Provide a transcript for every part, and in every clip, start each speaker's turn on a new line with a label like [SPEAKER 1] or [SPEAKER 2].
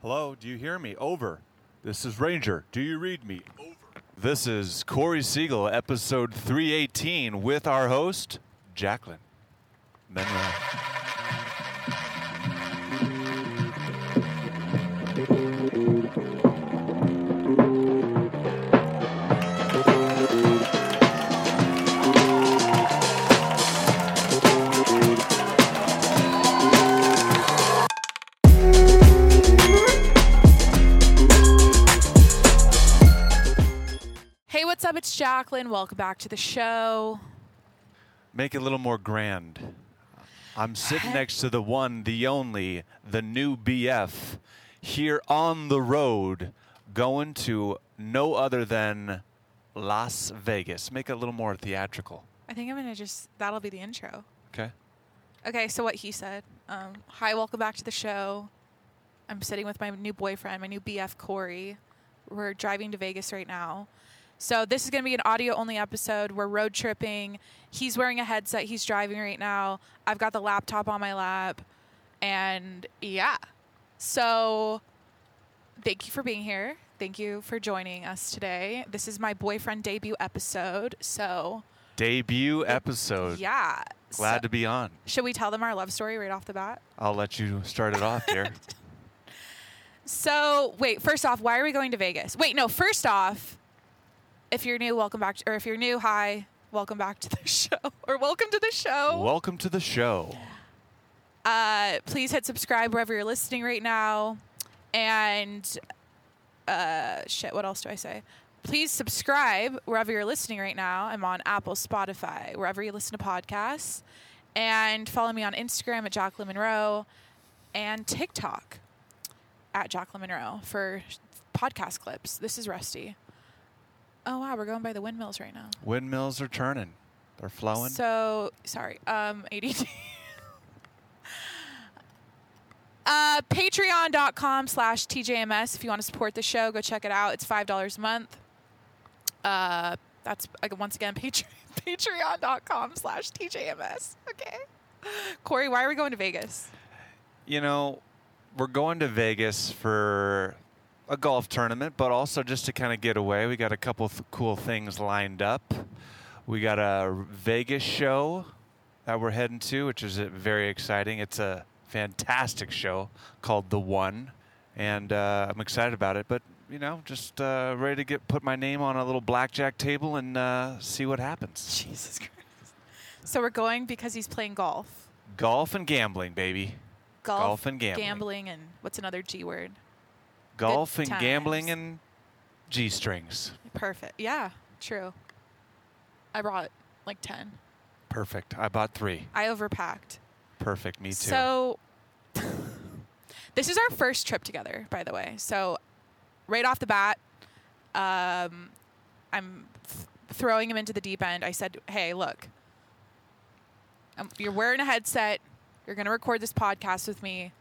[SPEAKER 1] Hello, do you hear me? Over. This is Ranger. Do you read me? Over. This is Corey Siegel, episode 318, with our host, Jacqueline. uh, Monroe.
[SPEAKER 2] Hey, what's up? It's Jacqueline. Welcome back to the show.
[SPEAKER 1] Make it a little more grand. I'm sitting next to the one, the only, the new BF here on the road going to no other than Las Vegas. Make it a little more theatrical.
[SPEAKER 2] I think I'm gonna just that'll be the intro.
[SPEAKER 1] Okay.
[SPEAKER 2] Okay, so what he said. Um, hi, welcome back to the show. I'm sitting with my new boyfriend, my new BF Corey. We're driving to Vegas right now. So this is gonna be an audio only episode. We're road tripping. He's wearing a headset, he's driving right now. I've got the laptop on my lap. And yeah. So thank you for being here. Thank you for joining us today. This is my boyfriend debut episode. So
[SPEAKER 1] Debut episode.
[SPEAKER 2] yeah.
[SPEAKER 1] Glad
[SPEAKER 2] so-
[SPEAKER 1] to be on.
[SPEAKER 2] Should we tell them our love story right off the bat?
[SPEAKER 1] I'll let you start it off here.
[SPEAKER 2] So, wait, first off, why are we going to Vegas? Wait, no, first off, if you're new, welcome back. To, or if you're new, hi, welcome back to the show. Or welcome to the show.
[SPEAKER 1] Welcome to the show.
[SPEAKER 2] Uh, please hit subscribe wherever you're listening right now. And uh, shit, what else do I say? Please subscribe wherever you're listening right now. I'm on Apple, Spotify, wherever you listen to podcasts. And follow me on Instagram at Jacqueline Monroe and TikTok at Jacqueline Monroe for podcast clips. This is Rusty. Oh, wow, we're going by the windmills right now.
[SPEAKER 1] Windmills are turning. They're flowing.
[SPEAKER 2] So sorry. Um, ADD. uh, Patreon.com slash TJMS. If you want to support the show, go check it out. It's five dollars a month. Uh, that's like, once again Patreon. Patreon.com slash TJMS. Okay. Corey, why are we going to Vegas?
[SPEAKER 1] you know, we're going to Vegas for a golf tournament, but also just to kind of get away. We got a couple th- cool things lined up. We got a Vegas show that we're heading to, which is uh, very exciting. It's a fantastic show called The One, and uh, I'm excited about it. But you know, just uh, ready to get put my name on a little blackjack table and uh, see what happens.
[SPEAKER 2] Jesus Christ. So we're going because he's playing golf.
[SPEAKER 1] Golf and gambling, baby.
[SPEAKER 2] Golf,
[SPEAKER 1] Golf and gambling.
[SPEAKER 2] Gambling and what's another G word?
[SPEAKER 1] Golf and
[SPEAKER 2] times.
[SPEAKER 1] gambling and g strings.
[SPEAKER 2] Perfect. Yeah, true. I brought like 10.
[SPEAKER 1] Perfect. I bought three.
[SPEAKER 2] I overpacked.
[SPEAKER 1] Perfect. Me too.
[SPEAKER 2] So, this is our first trip together, by the way. So, right off the bat, um, I'm th- throwing him into the deep end. I said, "Hey, look, um, you're wearing a headset. You're gonna record this podcast with me."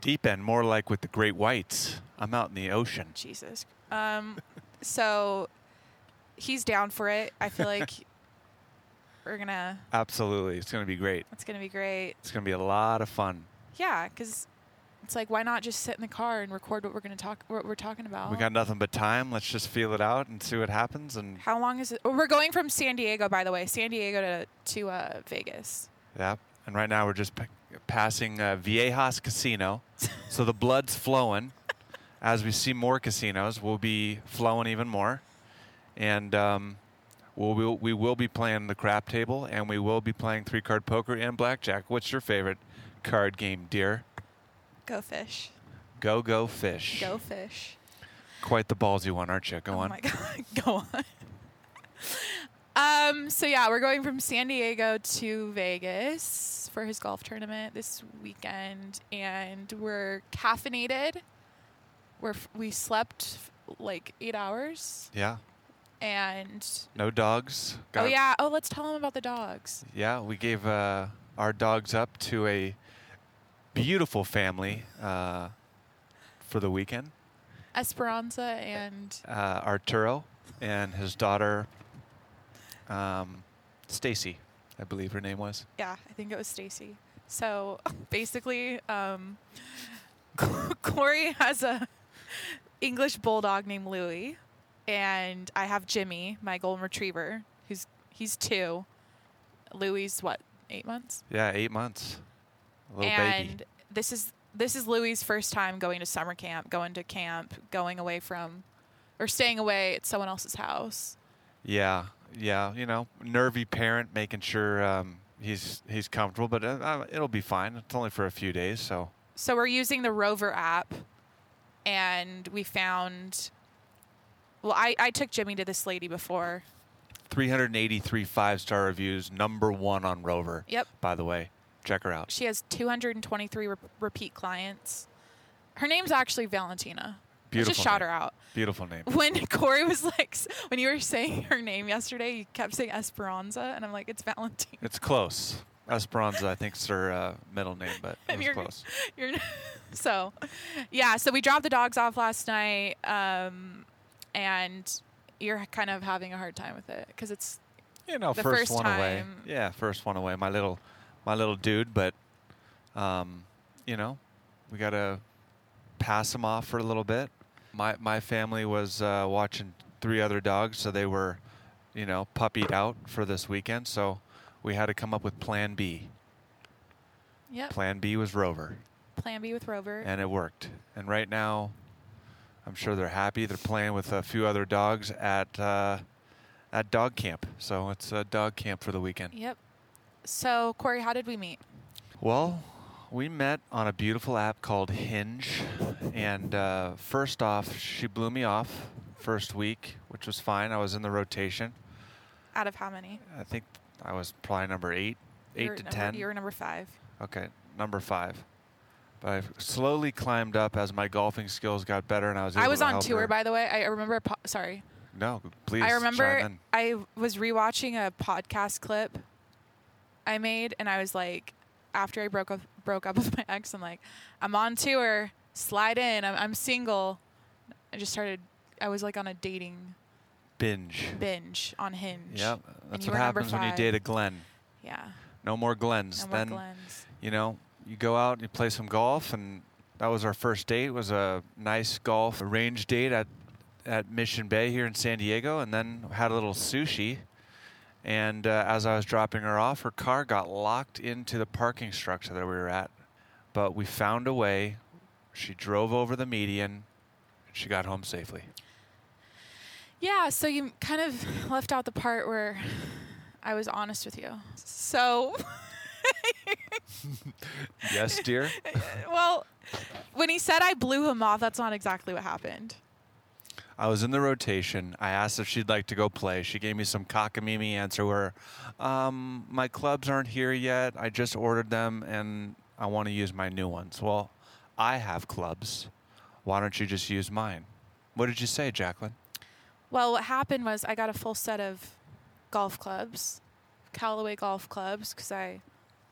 [SPEAKER 1] Deep end, more like with the great whites. I'm out in the ocean.
[SPEAKER 2] Jesus. Um, so, he's down for it. I feel like we're gonna.
[SPEAKER 1] Absolutely. It's going to be great.
[SPEAKER 2] It's gonna be great.
[SPEAKER 1] It's going to be a lot of fun.
[SPEAKER 2] Yeah, because it's like, why not just sit in the car and record what we're gonna talk, what we're talking about?
[SPEAKER 1] We got nothing but time. Let's just feel it out and see what happens. And
[SPEAKER 2] How long is it? oh, We're going from San Diego, by the way, San Diego to to uh, Vegas.
[SPEAKER 1] yeah. And right now we're just p- passing uh, Viejas Casino. so the blood's flowing. As we see more casinos, we'll be flowing even more. And um, we'll, we'll, we will be playing the crap table and we will be playing three card poker and blackjack. What's your favorite card game, dear?
[SPEAKER 2] Go fish,
[SPEAKER 1] Go go fish.
[SPEAKER 2] go fish.
[SPEAKER 1] Quite the ballsy one, aren't you? Go
[SPEAKER 2] oh
[SPEAKER 1] on.
[SPEAKER 2] my god, go on. um. So yeah, we're going from San Diego to Vegas for his golf tournament this weekend, and we're caffeinated. We're f- we slept like eight hours,
[SPEAKER 1] Yeah.
[SPEAKER 2] and
[SPEAKER 1] No dogs.
[SPEAKER 2] oh
[SPEAKER 1] Got-
[SPEAKER 2] yeah, oh let's tell him about the dogs.
[SPEAKER 1] Yeah. We gave uh, our dogs up to a beautiful family uh, for the weekend.
[SPEAKER 2] Esperanza and
[SPEAKER 1] Uh, Arturo and his daughter, um, Stacy, I believe her name was.
[SPEAKER 2] yeah, I think it was Stacy. So basically, um, Corey has a English bulldog named Louie, and I have Jimmy, my golden retriever, who's he's two. Louie's what eight months,
[SPEAKER 1] Yeah, eight months. Little
[SPEAKER 2] and
[SPEAKER 1] baby.
[SPEAKER 2] this is this is Louie's first time going to summer camp, going to camp, going away from, or staying away at someone else's house.
[SPEAKER 1] Yeah, yeah. You know, nervy parent making sure um, he's he's comfortable, but uh, uh, it'll be fine. It's only for a few days, so
[SPEAKER 2] so we're using the rover app and we found well i, I took jimmy to this lady before
[SPEAKER 1] 383 five-star reviews, number one on Rover.
[SPEAKER 2] yep
[SPEAKER 1] By the way, check her out.
[SPEAKER 2] she has 223 re- repeat clients her name's actually valentina I
[SPEAKER 1] Beautiful.
[SPEAKER 2] just shout
[SPEAKER 1] name.
[SPEAKER 2] her out
[SPEAKER 1] Beautiful name.
[SPEAKER 2] when corey was like s- when you were saying her name yesterday you kept saying esperanza and i'm like it's valentina
[SPEAKER 1] It's close. Esperanza, I think, is her uh, middle name, but
[SPEAKER 2] And
[SPEAKER 1] it's
[SPEAKER 2] you're-
[SPEAKER 1] close.
[SPEAKER 2] You're- so yeah so we dropped the dogs off last night um, and you're kind of having a hard time with it because it's
[SPEAKER 1] You know,
[SPEAKER 2] the
[SPEAKER 1] first,
[SPEAKER 2] first
[SPEAKER 1] one away.
[SPEAKER 2] time-
[SPEAKER 1] Yeah, first one away. My little, my little dude. But, um, you know, we gotta pass him off for a little bit. My my family was uh, watching three other dogs, so they were, you know, puppied out for this weekend. So we had to come up with Plan B.
[SPEAKER 2] yep
[SPEAKER 1] Plan B was Rover.
[SPEAKER 2] Plan B with Rover.
[SPEAKER 1] and it worked. And right now, I'm sure they're happy. They're playing with a few other dogs at uh, at dog camp. So it's a dog camp for the weekend.
[SPEAKER 2] Yep. So Corey, how did we meet?
[SPEAKER 1] Well, we met on a beautiful app called Hinge, and uh, first off, she blew me off first week, which was fine. I was in the rotation.
[SPEAKER 2] Out of how many?
[SPEAKER 1] I think I was probably number eight, eight
[SPEAKER 2] You were
[SPEAKER 1] to
[SPEAKER 2] number-
[SPEAKER 1] ten.
[SPEAKER 2] You were number five.
[SPEAKER 1] Okay, number five. But I've slowly climbed up as my golfing skills got better, and I was. Able
[SPEAKER 2] I was
[SPEAKER 1] to
[SPEAKER 2] on
[SPEAKER 1] help
[SPEAKER 2] tour,
[SPEAKER 1] her.
[SPEAKER 2] by the way. I remember. a Po- sorry,
[SPEAKER 1] No, please.
[SPEAKER 2] I
[SPEAKER 1] chime
[SPEAKER 2] remember.
[SPEAKER 1] in.
[SPEAKER 2] I was rewatching a podcast clip I made, and I was like, after I broke up, broke up with my ex, I'm like, I'm on tour. Slide in. I'm, I'm single. I just started. I was like on a dating
[SPEAKER 1] binge.
[SPEAKER 2] binge on Hinge.
[SPEAKER 1] Yep, that's
[SPEAKER 2] you
[SPEAKER 1] what
[SPEAKER 2] were number
[SPEAKER 1] happens when you
[SPEAKER 2] five.
[SPEAKER 1] date a Glenn.
[SPEAKER 2] Yeah.
[SPEAKER 1] No more Glens.
[SPEAKER 2] No more
[SPEAKER 1] then
[SPEAKER 2] Glens.
[SPEAKER 1] you know you go out and you play some golf, and that was our first date. It was a nice golf range date at at Mission Bay here in San Diego, and then had a little sushi. And uh, as I was dropping her off, her car got locked into the parking structure that we were at. But we found a way. She drove over the median. She got home safely.
[SPEAKER 2] Yeah, so you kind of left out the part where I was honest with you. So,
[SPEAKER 1] Yes, dear.
[SPEAKER 2] well, when he said I blew him off, that's not exactly what happened.
[SPEAKER 1] I was in the rotation. I asked if she'd like to go play. She gave me some cockamamie answer where, um, my clubs aren't here yet. I just ordered them and I want to use my new ones. Well, I have clubs. Why don't you just use mine? What did you say, Jacqueline?
[SPEAKER 2] Well, what happened was I got a full set of golf clubs, Callaway golf clubs, because I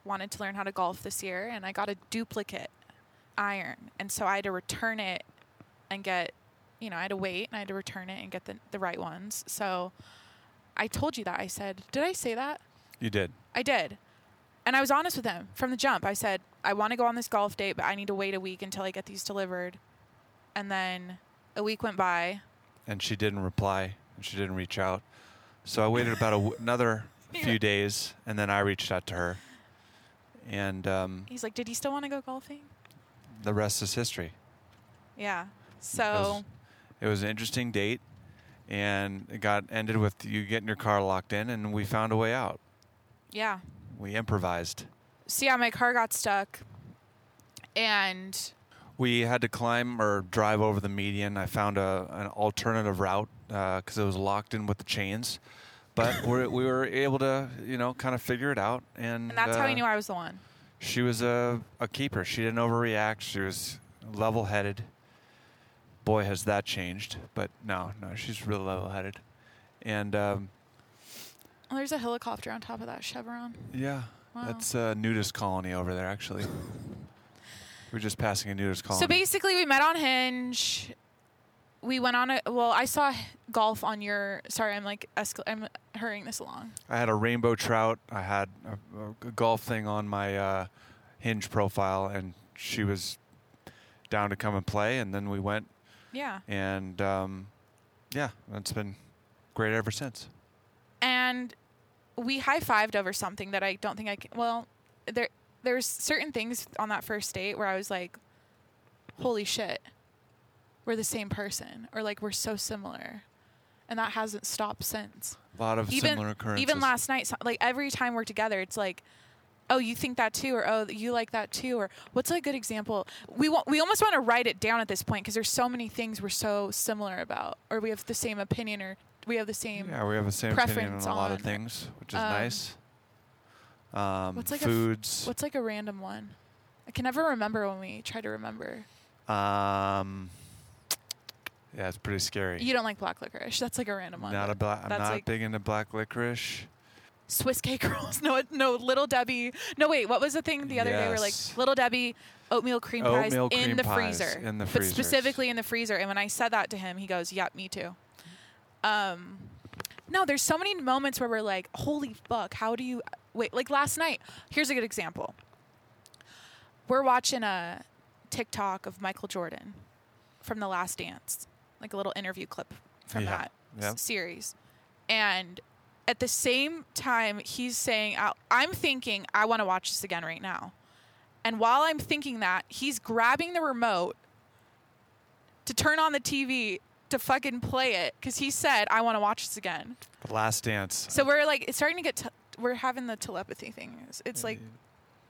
[SPEAKER 2] wanted to learn how to golf this year, and I got a duplicate iron. And so I had to return it and get, you know, I had to wait and I had to return it and get the, the right ones. So I told you that. I said, did I say that?
[SPEAKER 1] You did.
[SPEAKER 2] I did. And I was honest with him from the jump. I said, I want to go on this golf date, but I need to wait a week until I get these delivered. And then a week went by.
[SPEAKER 1] And she didn't reply and she didn't reach out. So I waited about a w- another few days and then I reached out to her. And um,
[SPEAKER 2] He's like, Did you still want to go golfing?
[SPEAKER 1] the rest is history.
[SPEAKER 2] Yeah.
[SPEAKER 1] It was-
[SPEAKER 2] So,
[SPEAKER 1] It was an interesting date, and it got ended with you getting your car locked in, and we found a way out.
[SPEAKER 2] yeah.
[SPEAKER 1] We improvised.
[SPEAKER 2] So, yeah, my car got stuck. And
[SPEAKER 1] We had to climb or drive over the median. I found a an alternative route because it was locked in with the chains, but we're, we were able to you know kind of figure it out. And,
[SPEAKER 2] and that's how
[SPEAKER 1] uh,
[SPEAKER 2] he knew I was the one.
[SPEAKER 1] She was a, a keeper. She didn't overreact. She was level headed. Boy, has that changed. But no, no, she's really level headed. And um,
[SPEAKER 2] Oh, there's a helicopter on top of that Chevron.
[SPEAKER 1] Yeah,
[SPEAKER 2] Wow.
[SPEAKER 1] that's a nudist colony over there, actually. We're just passing a nudist colony.
[SPEAKER 2] So basically, we met on Hinge. We went on a well. I saw golf on your. Sorry, I'm like escal- I'm hurrying this along.
[SPEAKER 1] I had a rainbow trout. I had
[SPEAKER 2] Mm.
[SPEAKER 1] a, a golf thing on my uh, hinge profile, and she was down to come and play, and then we went,
[SPEAKER 2] Yeah.
[SPEAKER 1] and um, yeah, it's been great ever since.
[SPEAKER 2] and we high fived over something that I don't think I can. Well, there there's certain things on that first date where I was like, "Holy shit, we're the same person," or like we're so similar, and that hasn't stopped since.
[SPEAKER 1] A lot of
[SPEAKER 2] Even
[SPEAKER 1] similar occurrences.
[SPEAKER 2] even last night, so- like every time we're together, it's like. Oh, you think that too, or oh, you like that too, or what's a good example? We want, we almost want to write it down at this point because there's so many things we're so similar about, or we have the same opinion, or we have the same
[SPEAKER 1] Yeah, we have the same opinion on
[SPEAKER 2] preference
[SPEAKER 1] a lot of
[SPEAKER 2] on-
[SPEAKER 1] things, which is
[SPEAKER 2] um,
[SPEAKER 1] nice. Um,
[SPEAKER 2] what's like a f-
[SPEAKER 1] foods.
[SPEAKER 2] What's like a random one? I can never remember when we try to remember.
[SPEAKER 1] um, yeah, it's pretty scary.
[SPEAKER 2] You don't like black licorice. That's like a random one.
[SPEAKER 1] Not a bla- I'm
[SPEAKER 2] That's
[SPEAKER 1] not
[SPEAKER 2] like-
[SPEAKER 1] big into black licorice.
[SPEAKER 2] Swiss cake rolls. No, no, Little Debbie. No, wait. What was the thing the other day? We're like
[SPEAKER 1] Yes.
[SPEAKER 2] Little Debbie oatmeal cream
[SPEAKER 1] Oatmeal
[SPEAKER 2] pies
[SPEAKER 1] cream
[SPEAKER 2] in the
[SPEAKER 1] pies
[SPEAKER 2] freezer.
[SPEAKER 1] in the
[SPEAKER 2] but
[SPEAKER 1] freezers.
[SPEAKER 2] specifically in the freezer. And when I said that to him, he goes, "Yep, me too." Um, no, there's so many moments where we're like, "Holy fuck! How do you wait?" Like last night. Here's a good example. We're watching a TikTok of Michael Jordan from The Last Dance, like a little interview clip from
[SPEAKER 1] Yeah.
[SPEAKER 2] that s-
[SPEAKER 1] Yep.
[SPEAKER 2] series. And at the same time, he's saying, out- I'm thinking, I want to watch this again right now. And while I'm thinking that, he's grabbing the remote to turn on the TV to fucking play it because he said, I want to watch this again.
[SPEAKER 1] The Last Dance.
[SPEAKER 2] So we're like, it's starting to get, te- we're having the telepathy thing. It's, it's like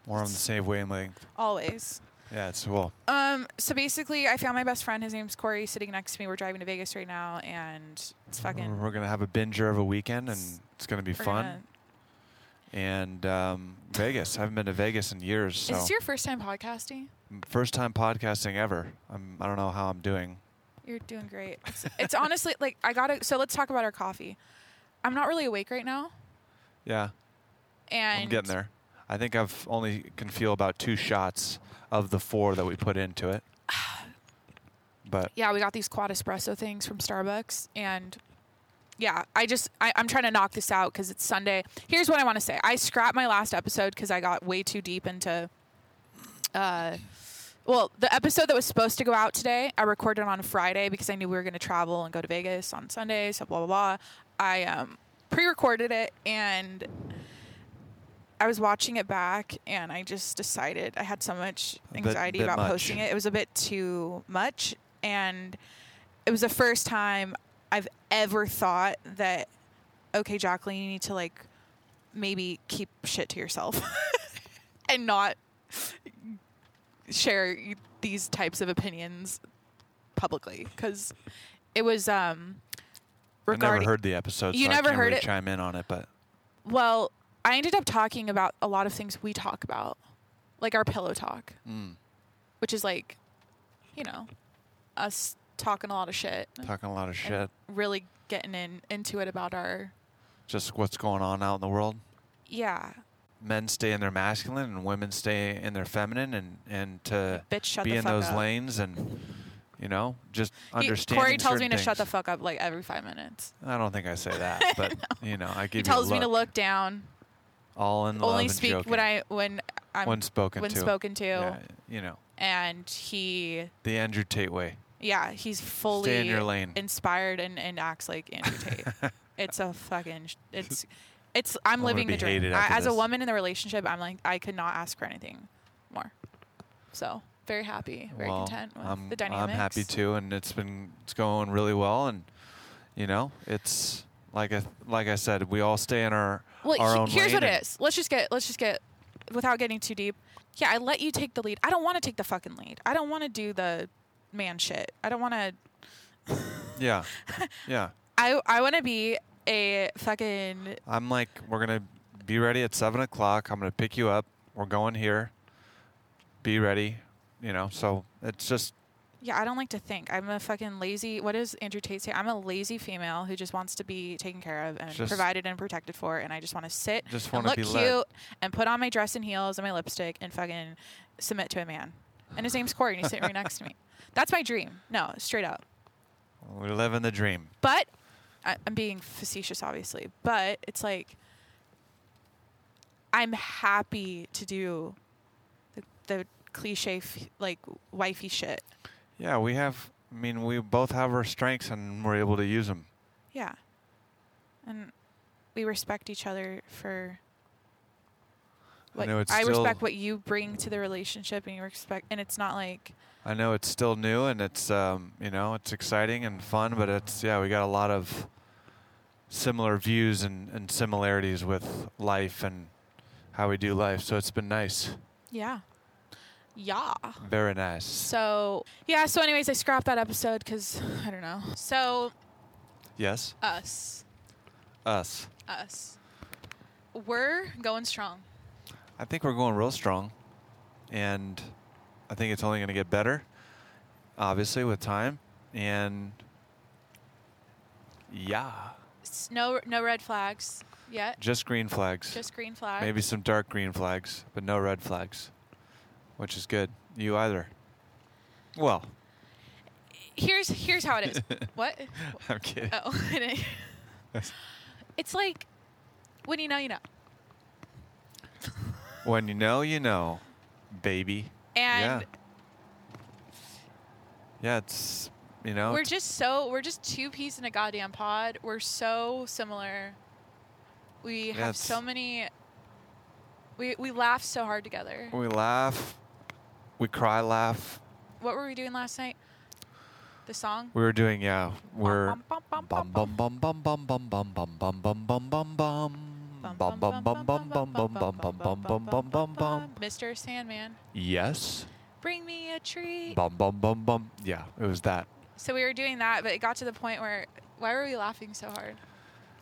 [SPEAKER 1] We're on the same wavelength.
[SPEAKER 2] always.
[SPEAKER 1] Yeah, it's cool.
[SPEAKER 2] Um, so basically, I found my best friend. His name's Corey, sitting next to me. We're driving to Vegas right now, and it's fucking
[SPEAKER 1] We're gonna have a binger of a weekend, and it's gonna be
[SPEAKER 2] we're
[SPEAKER 1] fun.
[SPEAKER 2] gonna-
[SPEAKER 1] And um, Vegas. I haven't been to Vegas in years. So
[SPEAKER 2] Is this your first time podcasting?
[SPEAKER 1] first time podcasting ever. I'm. I don't know how I'm doing.
[SPEAKER 2] You're doing great. It's, it's honestly like I gotta. So let's talk about our coffee. I'm not really awake right now,
[SPEAKER 1] Yeah,
[SPEAKER 2] and
[SPEAKER 1] I'm getting there. I think I've only can feel about two shots of the four that we put into it. But
[SPEAKER 2] Yeah, we got these quad espresso things from Starbucks, and yeah, I just I, I'm trying to knock this out because it's Sunday. Here's what I want to say: I scrapped my last episode because I got way too deep into. Uh, well, the episode that was supposed to go out today, I recorded on Friday because I knew we were going to travel and go to Vegas on Sunday. So blah blah blah. I um, pre-recorded it and I was watching it back, and I just decided I had so much
[SPEAKER 1] A bit-
[SPEAKER 2] anxiety
[SPEAKER 1] bit
[SPEAKER 2] about
[SPEAKER 1] much.
[SPEAKER 2] posting it. It was a bit too much, and it was the first time I've ever thought that. Okay, Jacqueline, you need to like maybe keep shit to yourself and not share these types of opinions publicly because it was um
[SPEAKER 1] I
[SPEAKER 2] regarding
[SPEAKER 1] never heard the episode.
[SPEAKER 2] You
[SPEAKER 1] so
[SPEAKER 2] never
[SPEAKER 1] I can't
[SPEAKER 2] heard
[SPEAKER 1] really
[SPEAKER 2] it?
[SPEAKER 1] Chime in on it, but
[SPEAKER 2] well i ended up talking about a lot of things we talk about like our pillow talk
[SPEAKER 1] mm,
[SPEAKER 2] which is like you know us talking a lot of shit
[SPEAKER 1] talking a lot of shit.
[SPEAKER 2] really getting in into it about our
[SPEAKER 1] Just what's going on out in the world.
[SPEAKER 2] yeah
[SPEAKER 1] men stay in their masculine and women stay in their feminine and and to
[SPEAKER 2] bitch shut
[SPEAKER 1] be
[SPEAKER 2] the
[SPEAKER 1] in
[SPEAKER 2] fuck
[SPEAKER 1] those
[SPEAKER 2] up
[SPEAKER 1] lanes and you know just
[SPEAKER 2] He-
[SPEAKER 1] understand
[SPEAKER 2] Corey tells me to shut the fuck up like every five minutes.
[SPEAKER 1] I don't think I say that but you know I give
[SPEAKER 2] He tells
[SPEAKER 1] you a
[SPEAKER 2] me to look down,
[SPEAKER 1] all in love
[SPEAKER 2] only
[SPEAKER 1] and
[SPEAKER 2] speak
[SPEAKER 1] joking.
[SPEAKER 2] when I when I'm
[SPEAKER 1] when spoken
[SPEAKER 2] when
[SPEAKER 1] to
[SPEAKER 2] spoken to,
[SPEAKER 1] Yeah, you know
[SPEAKER 2] and he
[SPEAKER 1] the Andrew Tate way
[SPEAKER 2] yeah he's fully
[SPEAKER 1] stay in your lane
[SPEAKER 2] inspired and, and acts like Andrew Tate. it's a fucking sh- it's it's I'm,
[SPEAKER 1] gonna
[SPEAKER 2] living
[SPEAKER 1] be
[SPEAKER 2] the dream.
[SPEAKER 1] hated
[SPEAKER 2] I,
[SPEAKER 1] after
[SPEAKER 2] as a
[SPEAKER 1] this.
[SPEAKER 2] woman in the relationship, I'm like I could not ask for anything more. So very happy, very
[SPEAKER 1] well,
[SPEAKER 2] content with
[SPEAKER 1] I'm,
[SPEAKER 2] the dynamics.
[SPEAKER 1] I'm happy too and it's been it's going really well and you know it's like I like I said we all stay in our
[SPEAKER 2] Well,
[SPEAKER 1] our
[SPEAKER 2] he-
[SPEAKER 1] own
[SPEAKER 2] here's
[SPEAKER 1] lane
[SPEAKER 2] what
[SPEAKER 1] and-
[SPEAKER 2] it is. Let's just get let's just get without getting too deep. Yeah, I let you take the lead. I don't want to take the fucking lead. I don't want to do the man shit. I don't want to.
[SPEAKER 1] yeah yeah
[SPEAKER 2] I I want to be a fucking
[SPEAKER 1] I'm like, we're gonna be ready at seven o'clock. I'm gonna pick you up. We're going here. Be ready. You know, so it's just
[SPEAKER 2] yeah. I don't like to think. I'm a fucking lazy. What does Andrew Tate say? I'm a lazy female who just wants to be taken care of and
[SPEAKER 1] Just-
[SPEAKER 2] provided and protected for, and I just want to sit
[SPEAKER 1] just
[SPEAKER 2] and
[SPEAKER 1] want to
[SPEAKER 2] look
[SPEAKER 1] be
[SPEAKER 2] cute
[SPEAKER 1] led.
[SPEAKER 2] and put on my dress and heels and my lipstick and fucking submit to a man. And his name's Corey, and he's sitting right next to me. That's my dream. No, straight up.
[SPEAKER 1] We live in the dream.
[SPEAKER 2] But I, I'm being facetious, obviously. But it's like I'm happy to do the, the cliche f- like wifey shit.
[SPEAKER 1] Yeah, we have. I mean, we both have our strengths, and we're able to use them.
[SPEAKER 2] Yeah. And we respect each other for
[SPEAKER 1] I
[SPEAKER 2] what
[SPEAKER 1] know it's
[SPEAKER 2] I
[SPEAKER 1] still-
[SPEAKER 2] respect what you bring to the relationship and you respect and it's not like
[SPEAKER 1] I know it's still new, and it's um, you know it's exciting and fun, but it's yeah, we got a lot of similar views and, and similarities with life and how we do life. So it's been nice,
[SPEAKER 2] yeah. Yeah.
[SPEAKER 1] very nice.
[SPEAKER 2] So, yeah, so anyways, I scrapped that episode cuz I don't know. So,
[SPEAKER 1] Yes,
[SPEAKER 2] us
[SPEAKER 1] us.
[SPEAKER 2] us we're going strong.
[SPEAKER 1] I think we're going real strong, and I think it's only going to get better, obviously with time, and yeah,
[SPEAKER 2] S- No no red flags yet.
[SPEAKER 1] just green flags.
[SPEAKER 2] Just green flags.
[SPEAKER 1] Maybe some dark green flags, but no red flags, which is good. You either. Well,
[SPEAKER 2] Here's here's how it is. what?
[SPEAKER 1] I'm kidding.
[SPEAKER 2] Oh, I didn't-
[SPEAKER 1] Oh.
[SPEAKER 2] it's like when you know, you know.
[SPEAKER 1] When you know, you know, baby.
[SPEAKER 2] And
[SPEAKER 1] Yeah, it's you know.
[SPEAKER 2] we're
[SPEAKER 1] it's-
[SPEAKER 2] just so we're just two peas in a goddamn pod. We're so similar. We
[SPEAKER 1] Yeah,
[SPEAKER 2] have so
[SPEAKER 1] it's-
[SPEAKER 2] many. We we laugh so hard together.
[SPEAKER 1] we laugh, we cry, laugh.
[SPEAKER 2] What were we doing last night? The song.
[SPEAKER 1] We were doing yeah. We're
[SPEAKER 2] Bum, bum, bum, bum,
[SPEAKER 1] bum
[SPEAKER 2] bum,
[SPEAKER 1] bum bum bum bum bum bum bum bum bum bum bum bum bum bum bum bum bum bum bum bum bum bum bum bum bum.
[SPEAKER 2] Mr. Sandman,
[SPEAKER 1] Yes.
[SPEAKER 2] bring me a treat.
[SPEAKER 1] Bum bum bum bum. Yeah, it was that.
[SPEAKER 2] So we were doing that, but it got to the point where why were we laughing so hard?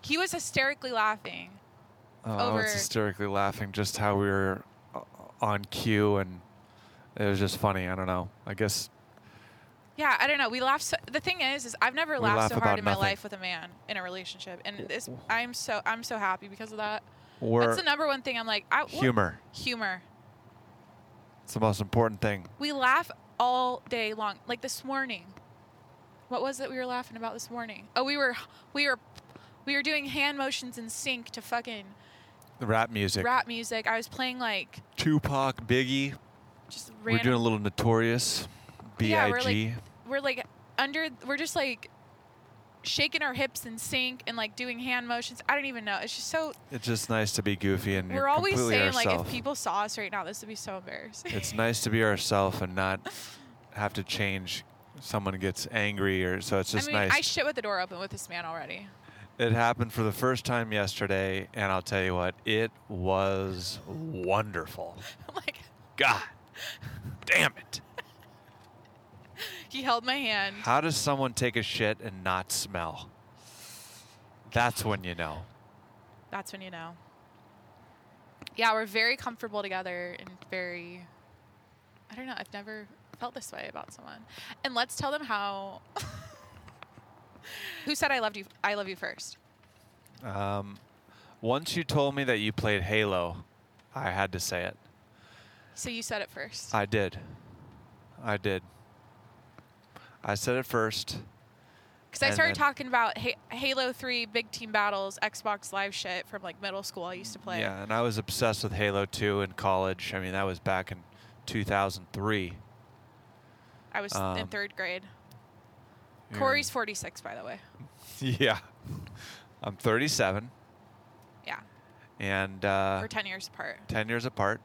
[SPEAKER 2] He was hysterically laughing.
[SPEAKER 1] Oh, I was
[SPEAKER 2] over-
[SPEAKER 1] hysterically laughing just how we were uh, on cue, and it was just funny. I don't know. I guess
[SPEAKER 2] Yeah, I don't know. We laugh. So, the thing is, is I've never
[SPEAKER 1] We
[SPEAKER 2] laughed
[SPEAKER 1] laugh
[SPEAKER 2] so hard
[SPEAKER 1] about
[SPEAKER 2] in
[SPEAKER 1] nothing.
[SPEAKER 2] my life with a man in a relationship, and this I'm so I'm so happy because of that.
[SPEAKER 1] we're
[SPEAKER 2] That's the number one thing. I'm like, I, what-
[SPEAKER 1] humor.
[SPEAKER 2] humor.
[SPEAKER 1] It's the most important thing.
[SPEAKER 2] We laugh all day long. Like this morning, what was it we were laughing about this morning? Oh, we were we were we were doing hand motions in sync to fucking
[SPEAKER 1] The Rap music.
[SPEAKER 2] rap music. I was playing like
[SPEAKER 1] Tupac, Biggie.
[SPEAKER 2] just
[SPEAKER 1] We're
[SPEAKER 2] random.
[SPEAKER 1] doing a little notorious. B.I.G.
[SPEAKER 2] Yeah, we're like- we're like under we're just like shaking our hips in sync and like doing hand motions i don't even know it's just so
[SPEAKER 1] it's just nice to be goofy and
[SPEAKER 2] we're always
[SPEAKER 1] completely
[SPEAKER 2] saying
[SPEAKER 1] ourself.
[SPEAKER 2] like if people saw us right now this would be so embarrassing
[SPEAKER 1] it's nice to be ourself and not have to change. Someone gets angry, or so it's just
[SPEAKER 2] i mean
[SPEAKER 1] nice.
[SPEAKER 2] i shit with the door open with this man already
[SPEAKER 1] It happened for the first time yesterday, and I'll tell you what, it was wonderful.
[SPEAKER 2] like
[SPEAKER 1] God damn it.
[SPEAKER 2] he held my hand
[SPEAKER 1] How does someone take a shit and not smell? That's when you know.
[SPEAKER 2] that's when you know yeah we're very comfortable together and very i don't know i've never felt this way about someone and let's tell them how who said i loved you i love you first
[SPEAKER 1] Um, once you told me that you played Halo, I had to say it.
[SPEAKER 2] so you said it first
[SPEAKER 1] I did. I did. I said it first.
[SPEAKER 2] Because I
[SPEAKER 1] And
[SPEAKER 2] started
[SPEAKER 1] then-
[SPEAKER 2] talking about ha- Halo 3 big team battles, Xbox Live shit from like middle school I used to play.
[SPEAKER 1] Yeah, and I was obsessed with Halo 2 in college. I mean, that was back in 2003.
[SPEAKER 2] I was in
[SPEAKER 1] Um,
[SPEAKER 2] third grade. Corey's 46, by the way.
[SPEAKER 1] Yeah. I'm 37
[SPEAKER 2] Yeah.
[SPEAKER 1] and uh,
[SPEAKER 2] We're 10 years apart.
[SPEAKER 1] 10 years apart.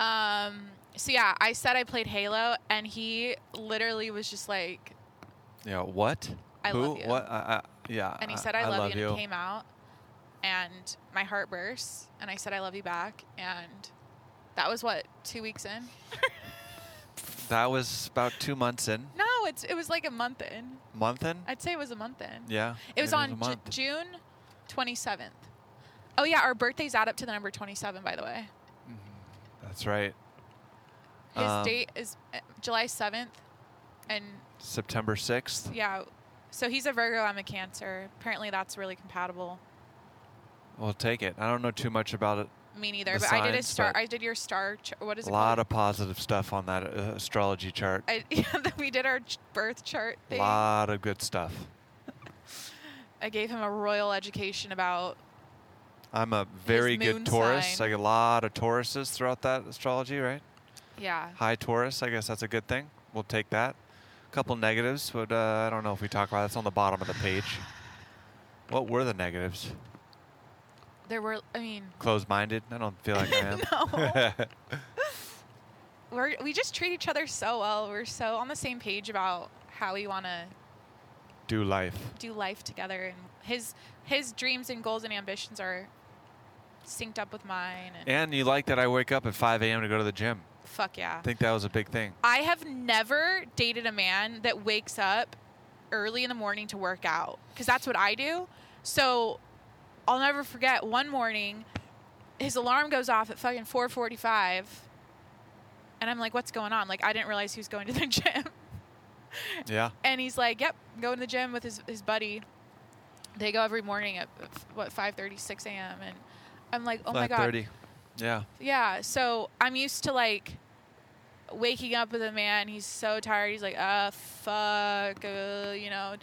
[SPEAKER 2] Um, so yeah, I said I played Halo, and he literally was just like,
[SPEAKER 1] You know, what?
[SPEAKER 2] I
[SPEAKER 1] Who?
[SPEAKER 2] love you.
[SPEAKER 1] What? I, Uh, I, yeah.
[SPEAKER 2] and he said, I, love, you, and it came out. And my heart burst, and I said, I love you back. And that was what, two weeks in?
[SPEAKER 1] That was about two months in.
[SPEAKER 2] No, it's it was like a month in.
[SPEAKER 1] Month in?
[SPEAKER 2] I'd say it was a month in.
[SPEAKER 1] Yeah.
[SPEAKER 2] It was
[SPEAKER 1] maybe a
[SPEAKER 2] on Ju-
[SPEAKER 1] month.
[SPEAKER 2] June 27th. Oh yeah, our birthdays add up to the number 27, by the way.
[SPEAKER 1] That's right.
[SPEAKER 2] His
[SPEAKER 1] Um,
[SPEAKER 2] date is uh, July 7th, and
[SPEAKER 1] September 6th.
[SPEAKER 2] yeah, so he's a Virgo, I'm a Cancer. Apparently, that's really compatible.
[SPEAKER 1] We'll take it. I don't know too much about it.
[SPEAKER 2] Me neither,
[SPEAKER 1] The
[SPEAKER 2] but I did a
[SPEAKER 1] signs,
[SPEAKER 2] star.
[SPEAKER 1] but-
[SPEAKER 2] I did your star. Ch- what is
[SPEAKER 1] A
[SPEAKER 2] it
[SPEAKER 1] lot
[SPEAKER 2] called?
[SPEAKER 1] of positive stuff on that uh, astrology chart.
[SPEAKER 2] I, yeah, that we did our ch- birth chart
[SPEAKER 1] A
[SPEAKER 2] thing.
[SPEAKER 1] lot of good stuff.
[SPEAKER 2] I gave him a royal education about
[SPEAKER 1] I'm a very
[SPEAKER 2] moon
[SPEAKER 1] good Taurus.
[SPEAKER 2] sign.
[SPEAKER 1] I get a lot of Tauruses throughout that astrology, right?
[SPEAKER 2] Yeah.
[SPEAKER 1] High Taurus. I guess that's a good thing. We'll take that. A couple negatives, but uh, I don't know if we talk about. That's on the bottom of the page. What were the negatives?
[SPEAKER 2] There were. I mean,
[SPEAKER 1] Closed-minded. I don't feel like I am.
[SPEAKER 2] no. we're, we just treat each other so well. We're so on the same page about how we want to
[SPEAKER 1] Do life.
[SPEAKER 2] do life together, and his his dreams and goals and ambitions are synced up with mine. And
[SPEAKER 1] And you like that I wake up at 5 a.m. to go to the gym.
[SPEAKER 2] fuck yeah.
[SPEAKER 1] I think that was a big thing.
[SPEAKER 2] I have never dated a man that wakes up early in the morning to work out because that's what I do. So I'll never forget one morning, his alarm goes off at fucking 4:45, and I'm like, "What's going on?" Like I didn't realize he was going to the gym,
[SPEAKER 1] Yeah.
[SPEAKER 2] and he's like, "Yep, going to the gym with his his buddy." They go every morning at what 5:30, 6 a.m. and I'm like, "Oh my god,
[SPEAKER 1] 5:30. Yeah.
[SPEAKER 2] yeah, so I'm used to like waking up with a man. He's so tired. He's like, uh, fuck, uh, you know,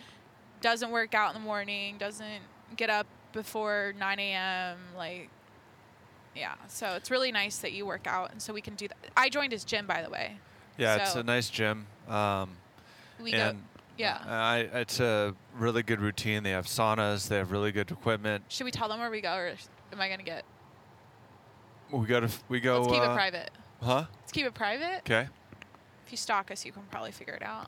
[SPEAKER 2] doesn't work out in the morning, doesn't get up before 9 a.m. Like, yeah. So it's really nice that you work out, and so we can do that. I joined his gym, by the way.
[SPEAKER 1] Yeah, it's
[SPEAKER 2] So-
[SPEAKER 1] a nice gym. Um,
[SPEAKER 2] We
[SPEAKER 1] and uh,
[SPEAKER 2] go, yeah.
[SPEAKER 1] I, it's a really good routine. They have saunas. They have really good equipment.
[SPEAKER 2] Should we tell them where we go, or am I gonna get?
[SPEAKER 1] We go to we go.
[SPEAKER 2] let's keep
[SPEAKER 1] uh,
[SPEAKER 2] it private.
[SPEAKER 1] Huh?
[SPEAKER 2] Let's keep it private.
[SPEAKER 1] Okay.
[SPEAKER 2] If you stalk us, you can probably figure it out.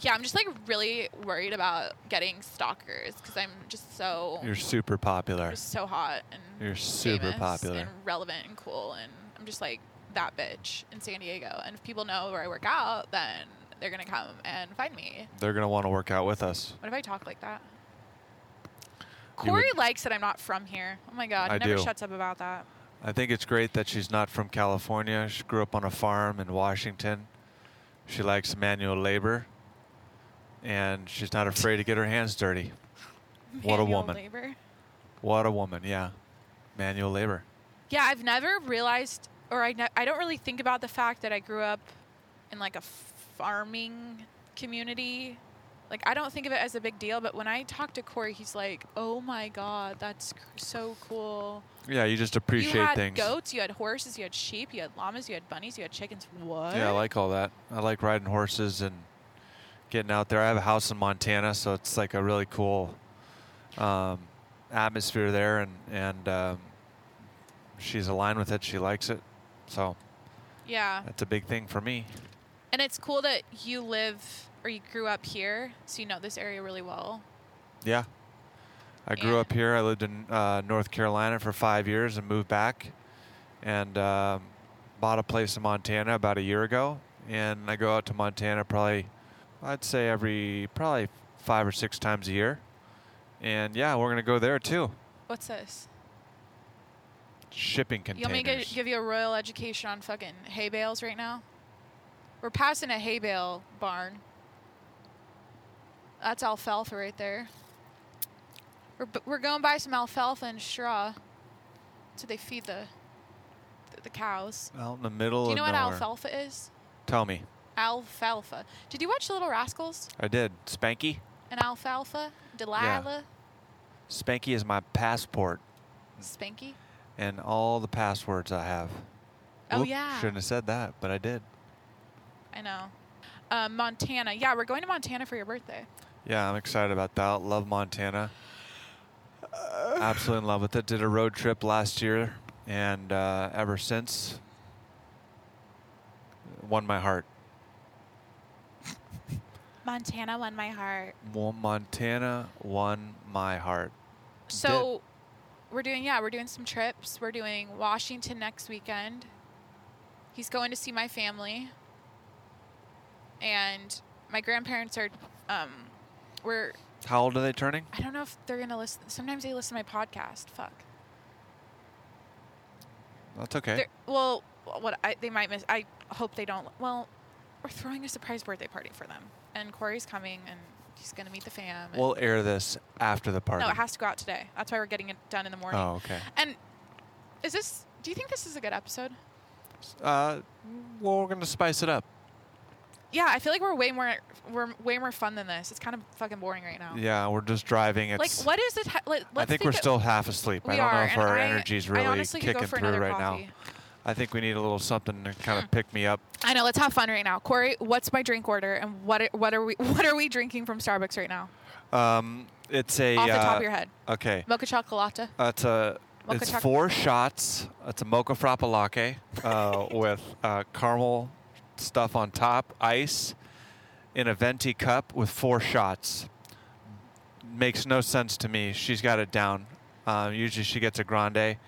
[SPEAKER 2] Yeah, I'm just like really worried about getting stalkers because I'm just so
[SPEAKER 1] You're super popular.
[SPEAKER 2] just so hot and
[SPEAKER 1] You're super
[SPEAKER 2] famous
[SPEAKER 1] popular.
[SPEAKER 2] and relevant and cool and I'm just like that bitch in San Diego. And if people know where I work out, then they're gonna come and find me.
[SPEAKER 1] They're gonna want to work out with us.
[SPEAKER 2] What if I talk like that?
[SPEAKER 1] You would-
[SPEAKER 2] Corey likes that I'm not from here. Oh my god,
[SPEAKER 1] I
[SPEAKER 2] he never
[SPEAKER 1] do.
[SPEAKER 2] shuts up about that.
[SPEAKER 1] I think it's great that she's not from California. She grew up on a farm in Washington. She likes manual labor, and she's not afraid to get her hands dirty. What a
[SPEAKER 2] Manual
[SPEAKER 1] woman.
[SPEAKER 2] labor.
[SPEAKER 1] What a woman! Yeah, manual labor.
[SPEAKER 2] Yeah, I've never realized, or I, ne- I don't really think about the fact that I grew up in like a farming community. Like, I don't think of it as a big deal, but when I talk to Corey, he's like, oh my God, that's c- so cool.
[SPEAKER 1] Yeah, you just appreciate
[SPEAKER 2] you had
[SPEAKER 1] things.
[SPEAKER 2] goats, you had horses, you had sheep, you had llamas, you had bunnies, you had chickens. What?
[SPEAKER 1] Yeah, I like all that. I like riding horses and getting out there. I have a house in Montana, so it's like a really cool um, atmosphere there, and and um, she's aligned with it. She likes it, so
[SPEAKER 2] yeah.
[SPEAKER 1] that's a big thing for me.
[SPEAKER 2] And it's cool that you live or you grew up here, so you know this area really well.
[SPEAKER 1] Yeah, I grew
[SPEAKER 2] Yeah.
[SPEAKER 1] up here. I lived in uh, North Carolina for five years and moved back, and um, bought a place in Montana about a year ago. And I go out to Montana probably, I'd say every probably five or six times a year. And yeah, we're gonna go there too.
[SPEAKER 2] What's this?
[SPEAKER 1] Shipping
[SPEAKER 2] You want
[SPEAKER 1] containers.
[SPEAKER 2] me to gi- give you a royal education on fucking hay bales right now? We're passing a hay bale barn. That's alfalfa right there. We're, b- we're going by some alfalfa and straw. So they feed the the, the cows.
[SPEAKER 1] out in the middle
[SPEAKER 2] Do you
[SPEAKER 1] of
[SPEAKER 2] know what
[SPEAKER 1] nowhere.
[SPEAKER 2] alfalfa is?
[SPEAKER 1] Tell me.
[SPEAKER 2] Alfalfa. Did you watch Little Rascals
[SPEAKER 1] I did. Spanky.
[SPEAKER 2] and Alfalfa? Delilah?
[SPEAKER 1] Spanky is my passport
[SPEAKER 2] Spanky?
[SPEAKER 1] and all the passwords I have.
[SPEAKER 2] Oh,
[SPEAKER 1] Whoop,
[SPEAKER 2] yeah.
[SPEAKER 1] Shouldn't have said that, but I did.
[SPEAKER 2] I know. Uh, Montana. Yeah, we're going to Montana for your birthday.
[SPEAKER 1] Yeah, I'm excited about that. Love Montana.
[SPEAKER 2] Uh.
[SPEAKER 1] Absolutely in love with it. Did a road trip last year, and uh, ever since, won my heart.
[SPEAKER 2] Montana won my heart.
[SPEAKER 1] Won Montana won my heart.
[SPEAKER 2] So we're doing yeah, we're doing some trips. We're doing Washington next weekend. He's going to see my family. And my grandparents are um we're
[SPEAKER 1] How old are they turning?
[SPEAKER 2] I don't know if they're going to listen. Sometimes they listen to my podcast. Fuck.
[SPEAKER 1] That's okay.
[SPEAKER 2] They're, well, what I, they might miss I hope they don't. Well, we're throwing a surprise birthday party for them. And Corey's coming and he's going to meet the fam. and-
[SPEAKER 1] We'll air this after the party.
[SPEAKER 2] no, it has to go out today. That's why we're getting it done in the morning.
[SPEAKER 1] Oh, okay.
[SPEAKER 2] And is this do you think this is a good episode?
[SPEAKER 1] S- Uh, well, we're gonna spice it up.
[SPEAKER 2] yeah, I feel like we're way more we're way more fun than this. It's kind of fucking boring right now.
[SPEAKER 1] Yeah, we're just driving.
[SPEAKER 2] Oh. Like,
[SPEAKER 1] It's.
[SPEAKER 2] what is the? T- like,
[SPEAKER 1] I
[SPEAKER 2] let's
[SPEAKER 1] think we're
[SPEAKER 2] it-
[SPEAKER 1] still half asleep. I
[SPEAKER 2] we
[SPEAKER 1] don't
[SPEAKER 2] are,
[SPEAKER 1] know if
[SPEAKER 2] and
[SPEAKER 1] our
[SPEAKER 2] I-
[SPEAKER 1] energy's
[SPEAKER 2] I
[SPEAKER 1] really
[SPEAKER 2] honestly could go
[SPEAKER 1] kicking
[SPEAKER 2] for
[SPEAKER 1] through
[SPEAKER 2] another
[SPEAKER 1] right now.
[SPEAKER 2] coffee.
[SPEAKER 1] I think we need a little something to kind of pick me up.
[SPEAKER 2] I know. Let's have fun right now, Corey. What's my drink order, and what are- what are we what are we drinking from Starbucks right now?
[SPEAKER 1] Um, it's a.
[SPEAKER 2] Off the top
[SPEAKER 1] uh,
[SPEAKER 2] of your head,
[SPEAKER 1] Okay.
[SPEAKER 2] mocha chocolata.
[SPEAKER 1] Uh, it's a.
[SPEAKER 2] Mocha
[SPEAKER 1] it's
[SPEAKER 2] choc-
[SPEAKER 1] four shots. It's a mocha frappe latte uh, with uh, caramel stuff on top, ice in a venti cup with four shots. Makes no sense to me. She's got it down. Um, usually she gets a grande.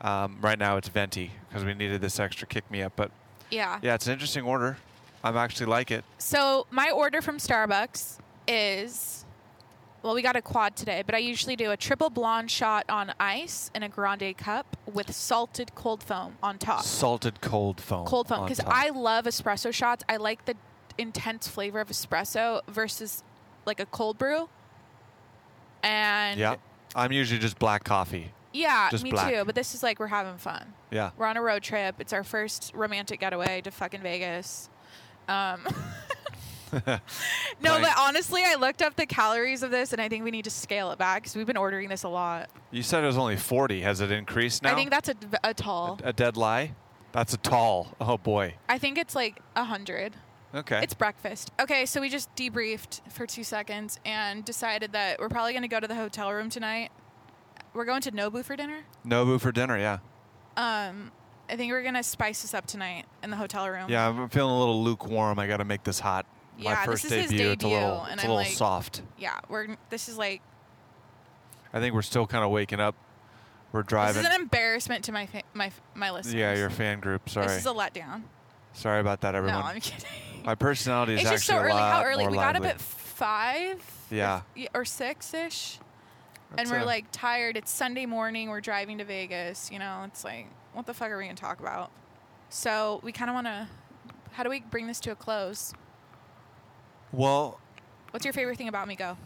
[SPEAKER 1] Um, right now it's venti because we needed this extra kick me up. But
[SPEAKER 2] Yeah.
[SPEAKER 1] yeah, it's an interesting order. I am actually like it.
[SPEAKER 2] So my order from Starbucks is, well, we got a quad today, but I usually do a triple blonde shot on ice in a grande cup with salted cold foam on top.
[SPEAKER 1] Salted cold foam.
[SPEAKER 2] Uh, cold foam
[SPEAKER 1] on
[SPEAKER 2] because
[SPEAKER 1] top.
[SPEAKER 2] I love espresso shots. I like the intense flavor of espresso versus like a cold brew. And
[SPEAKER 1] Yeah. I'm usually just black coffee.
[SPEAKER 2] yeah,
[SPEAKER 1] Just
[SPEAKER 2] me
[SPEAKER 1] black.
[SPEAKER 2] too. But this is like we're having fun.
[SPEAKER 1] Yeah.
[SPEAKER 2] We're on a road trip. It's our first romantic getaway to fucking Vegas. Um, no,
[SPEAKER 1] Right.
[SPEAKER 2] but honestly, I looked up the calories of this, and I think we need to scale it back because we've been ordering this a lot.
[SPEAKER 1] You said it was only 40. Has it increased now?
[SPEAKER 2] I think that's a, a tall.
[SPEAKER 1] A dead lie? That's a tall. Oh boy.
[SPEAKER 2] I think it's like a hundred.
[SPEAKER 1] Okay.
[SPEAKER 2] It's breakfast. Okay, so we just debriefed for two seconds and decided that we're probably going to go to the hotel room tonight. We're going to Nobu for dinner.
[SPEAKER 1] Nobu for dinner. Yeah.
[SPEAKER 2] Um, I think we're going to spice this up tonight in the hotel room.
[SPEAKER 1] Yeah. I'm feeling a little lukewarm. I got to make this hot. My
[SPEAKER 2] Yeah,
[SPEAKER 1] first
[SPEAKER 2] this is his
[SPEAKER 1] debut. It's a
[SPEAKER 2] debut,
[SPEAKER 1] little,
[SPEAKER 2] and
[SPEAKER 1] it's a
[SPEAKER 2] I'm
[SPEAKER 1] little
[SPEAKER 2] like-
[SPEAKER 1] soft.
[SPEAKER 2] Yeah, we're this is like
[SPEAKER 1] I think we're still kind of waking up. We're
[SPEAKER 2] this
[SPEAKER 1] driving.
[SPEAKER 2] is an embarrassment to my fa- my my listeners.
[SPEAKER 1] yeah, your fan group. Sorry.
[SPEAKER 2] This is a letdown.
[SPEAKER 1] Sorry about that, everyone.
[SPEAKER 2] No, I'm kidding.
[SPEAKER 1] My personality is
[SPEAKER 2] it's
[SPEAKER 1] actually
[SPEAKER 2] just so
[SPEAKER 1] a
[SPEAKER 2] early.
[SPEAKER 1] lot
[SPEAKER 2] How early?
[SPEAKER 1] more
[SPEAKER 2] We got
[SPEAKER 1] lively.
[SPEAKER 2] up at five.
[SPEAKER 1] Yeah.
[SPEAKER 2] y- Or six ish, and
[SPEAKER 1] That's
[SPEAKER 2] we're
[SPEAKER 1] a-
[SPEAKER 2] like tired. It's Sunday morning. We're driving to Vegas. You know, it's like, what the fuck are we gonna talk about? So we kind of want to. How do we bring this to a close?
[SPEAKER 1] Well,
[SPEAKER 2] What's your favorite thing about me? Go.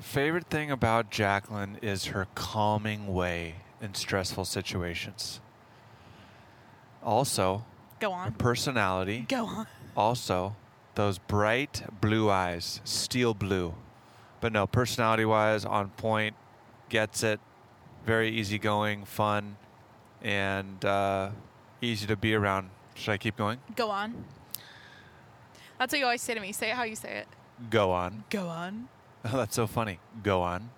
[SPEAKER 1] favorite thing about Jacqueline is her calming way in stressful situations. Also,
[SPEAKER 2] Go
[SPEAKER 1] her
[SPEAKER 2] on.
[SPEAKER 1] personality.
[SPEAKER 2] Go on.
[SPEAKER 1] Also, those bright blue eyes, steel blue. But no, personality wise, on point, gets it, very easygoing, fun, and uh, easy to be around. Should I keep going?
[SPEAKER 2] Go on. That's what you always say to me. Say it how you say it.
[SPEAKER 1] Go on.
[SPEAKER 2] Go on.
[SPEAKER 1] Oh, that's so funny. Go on.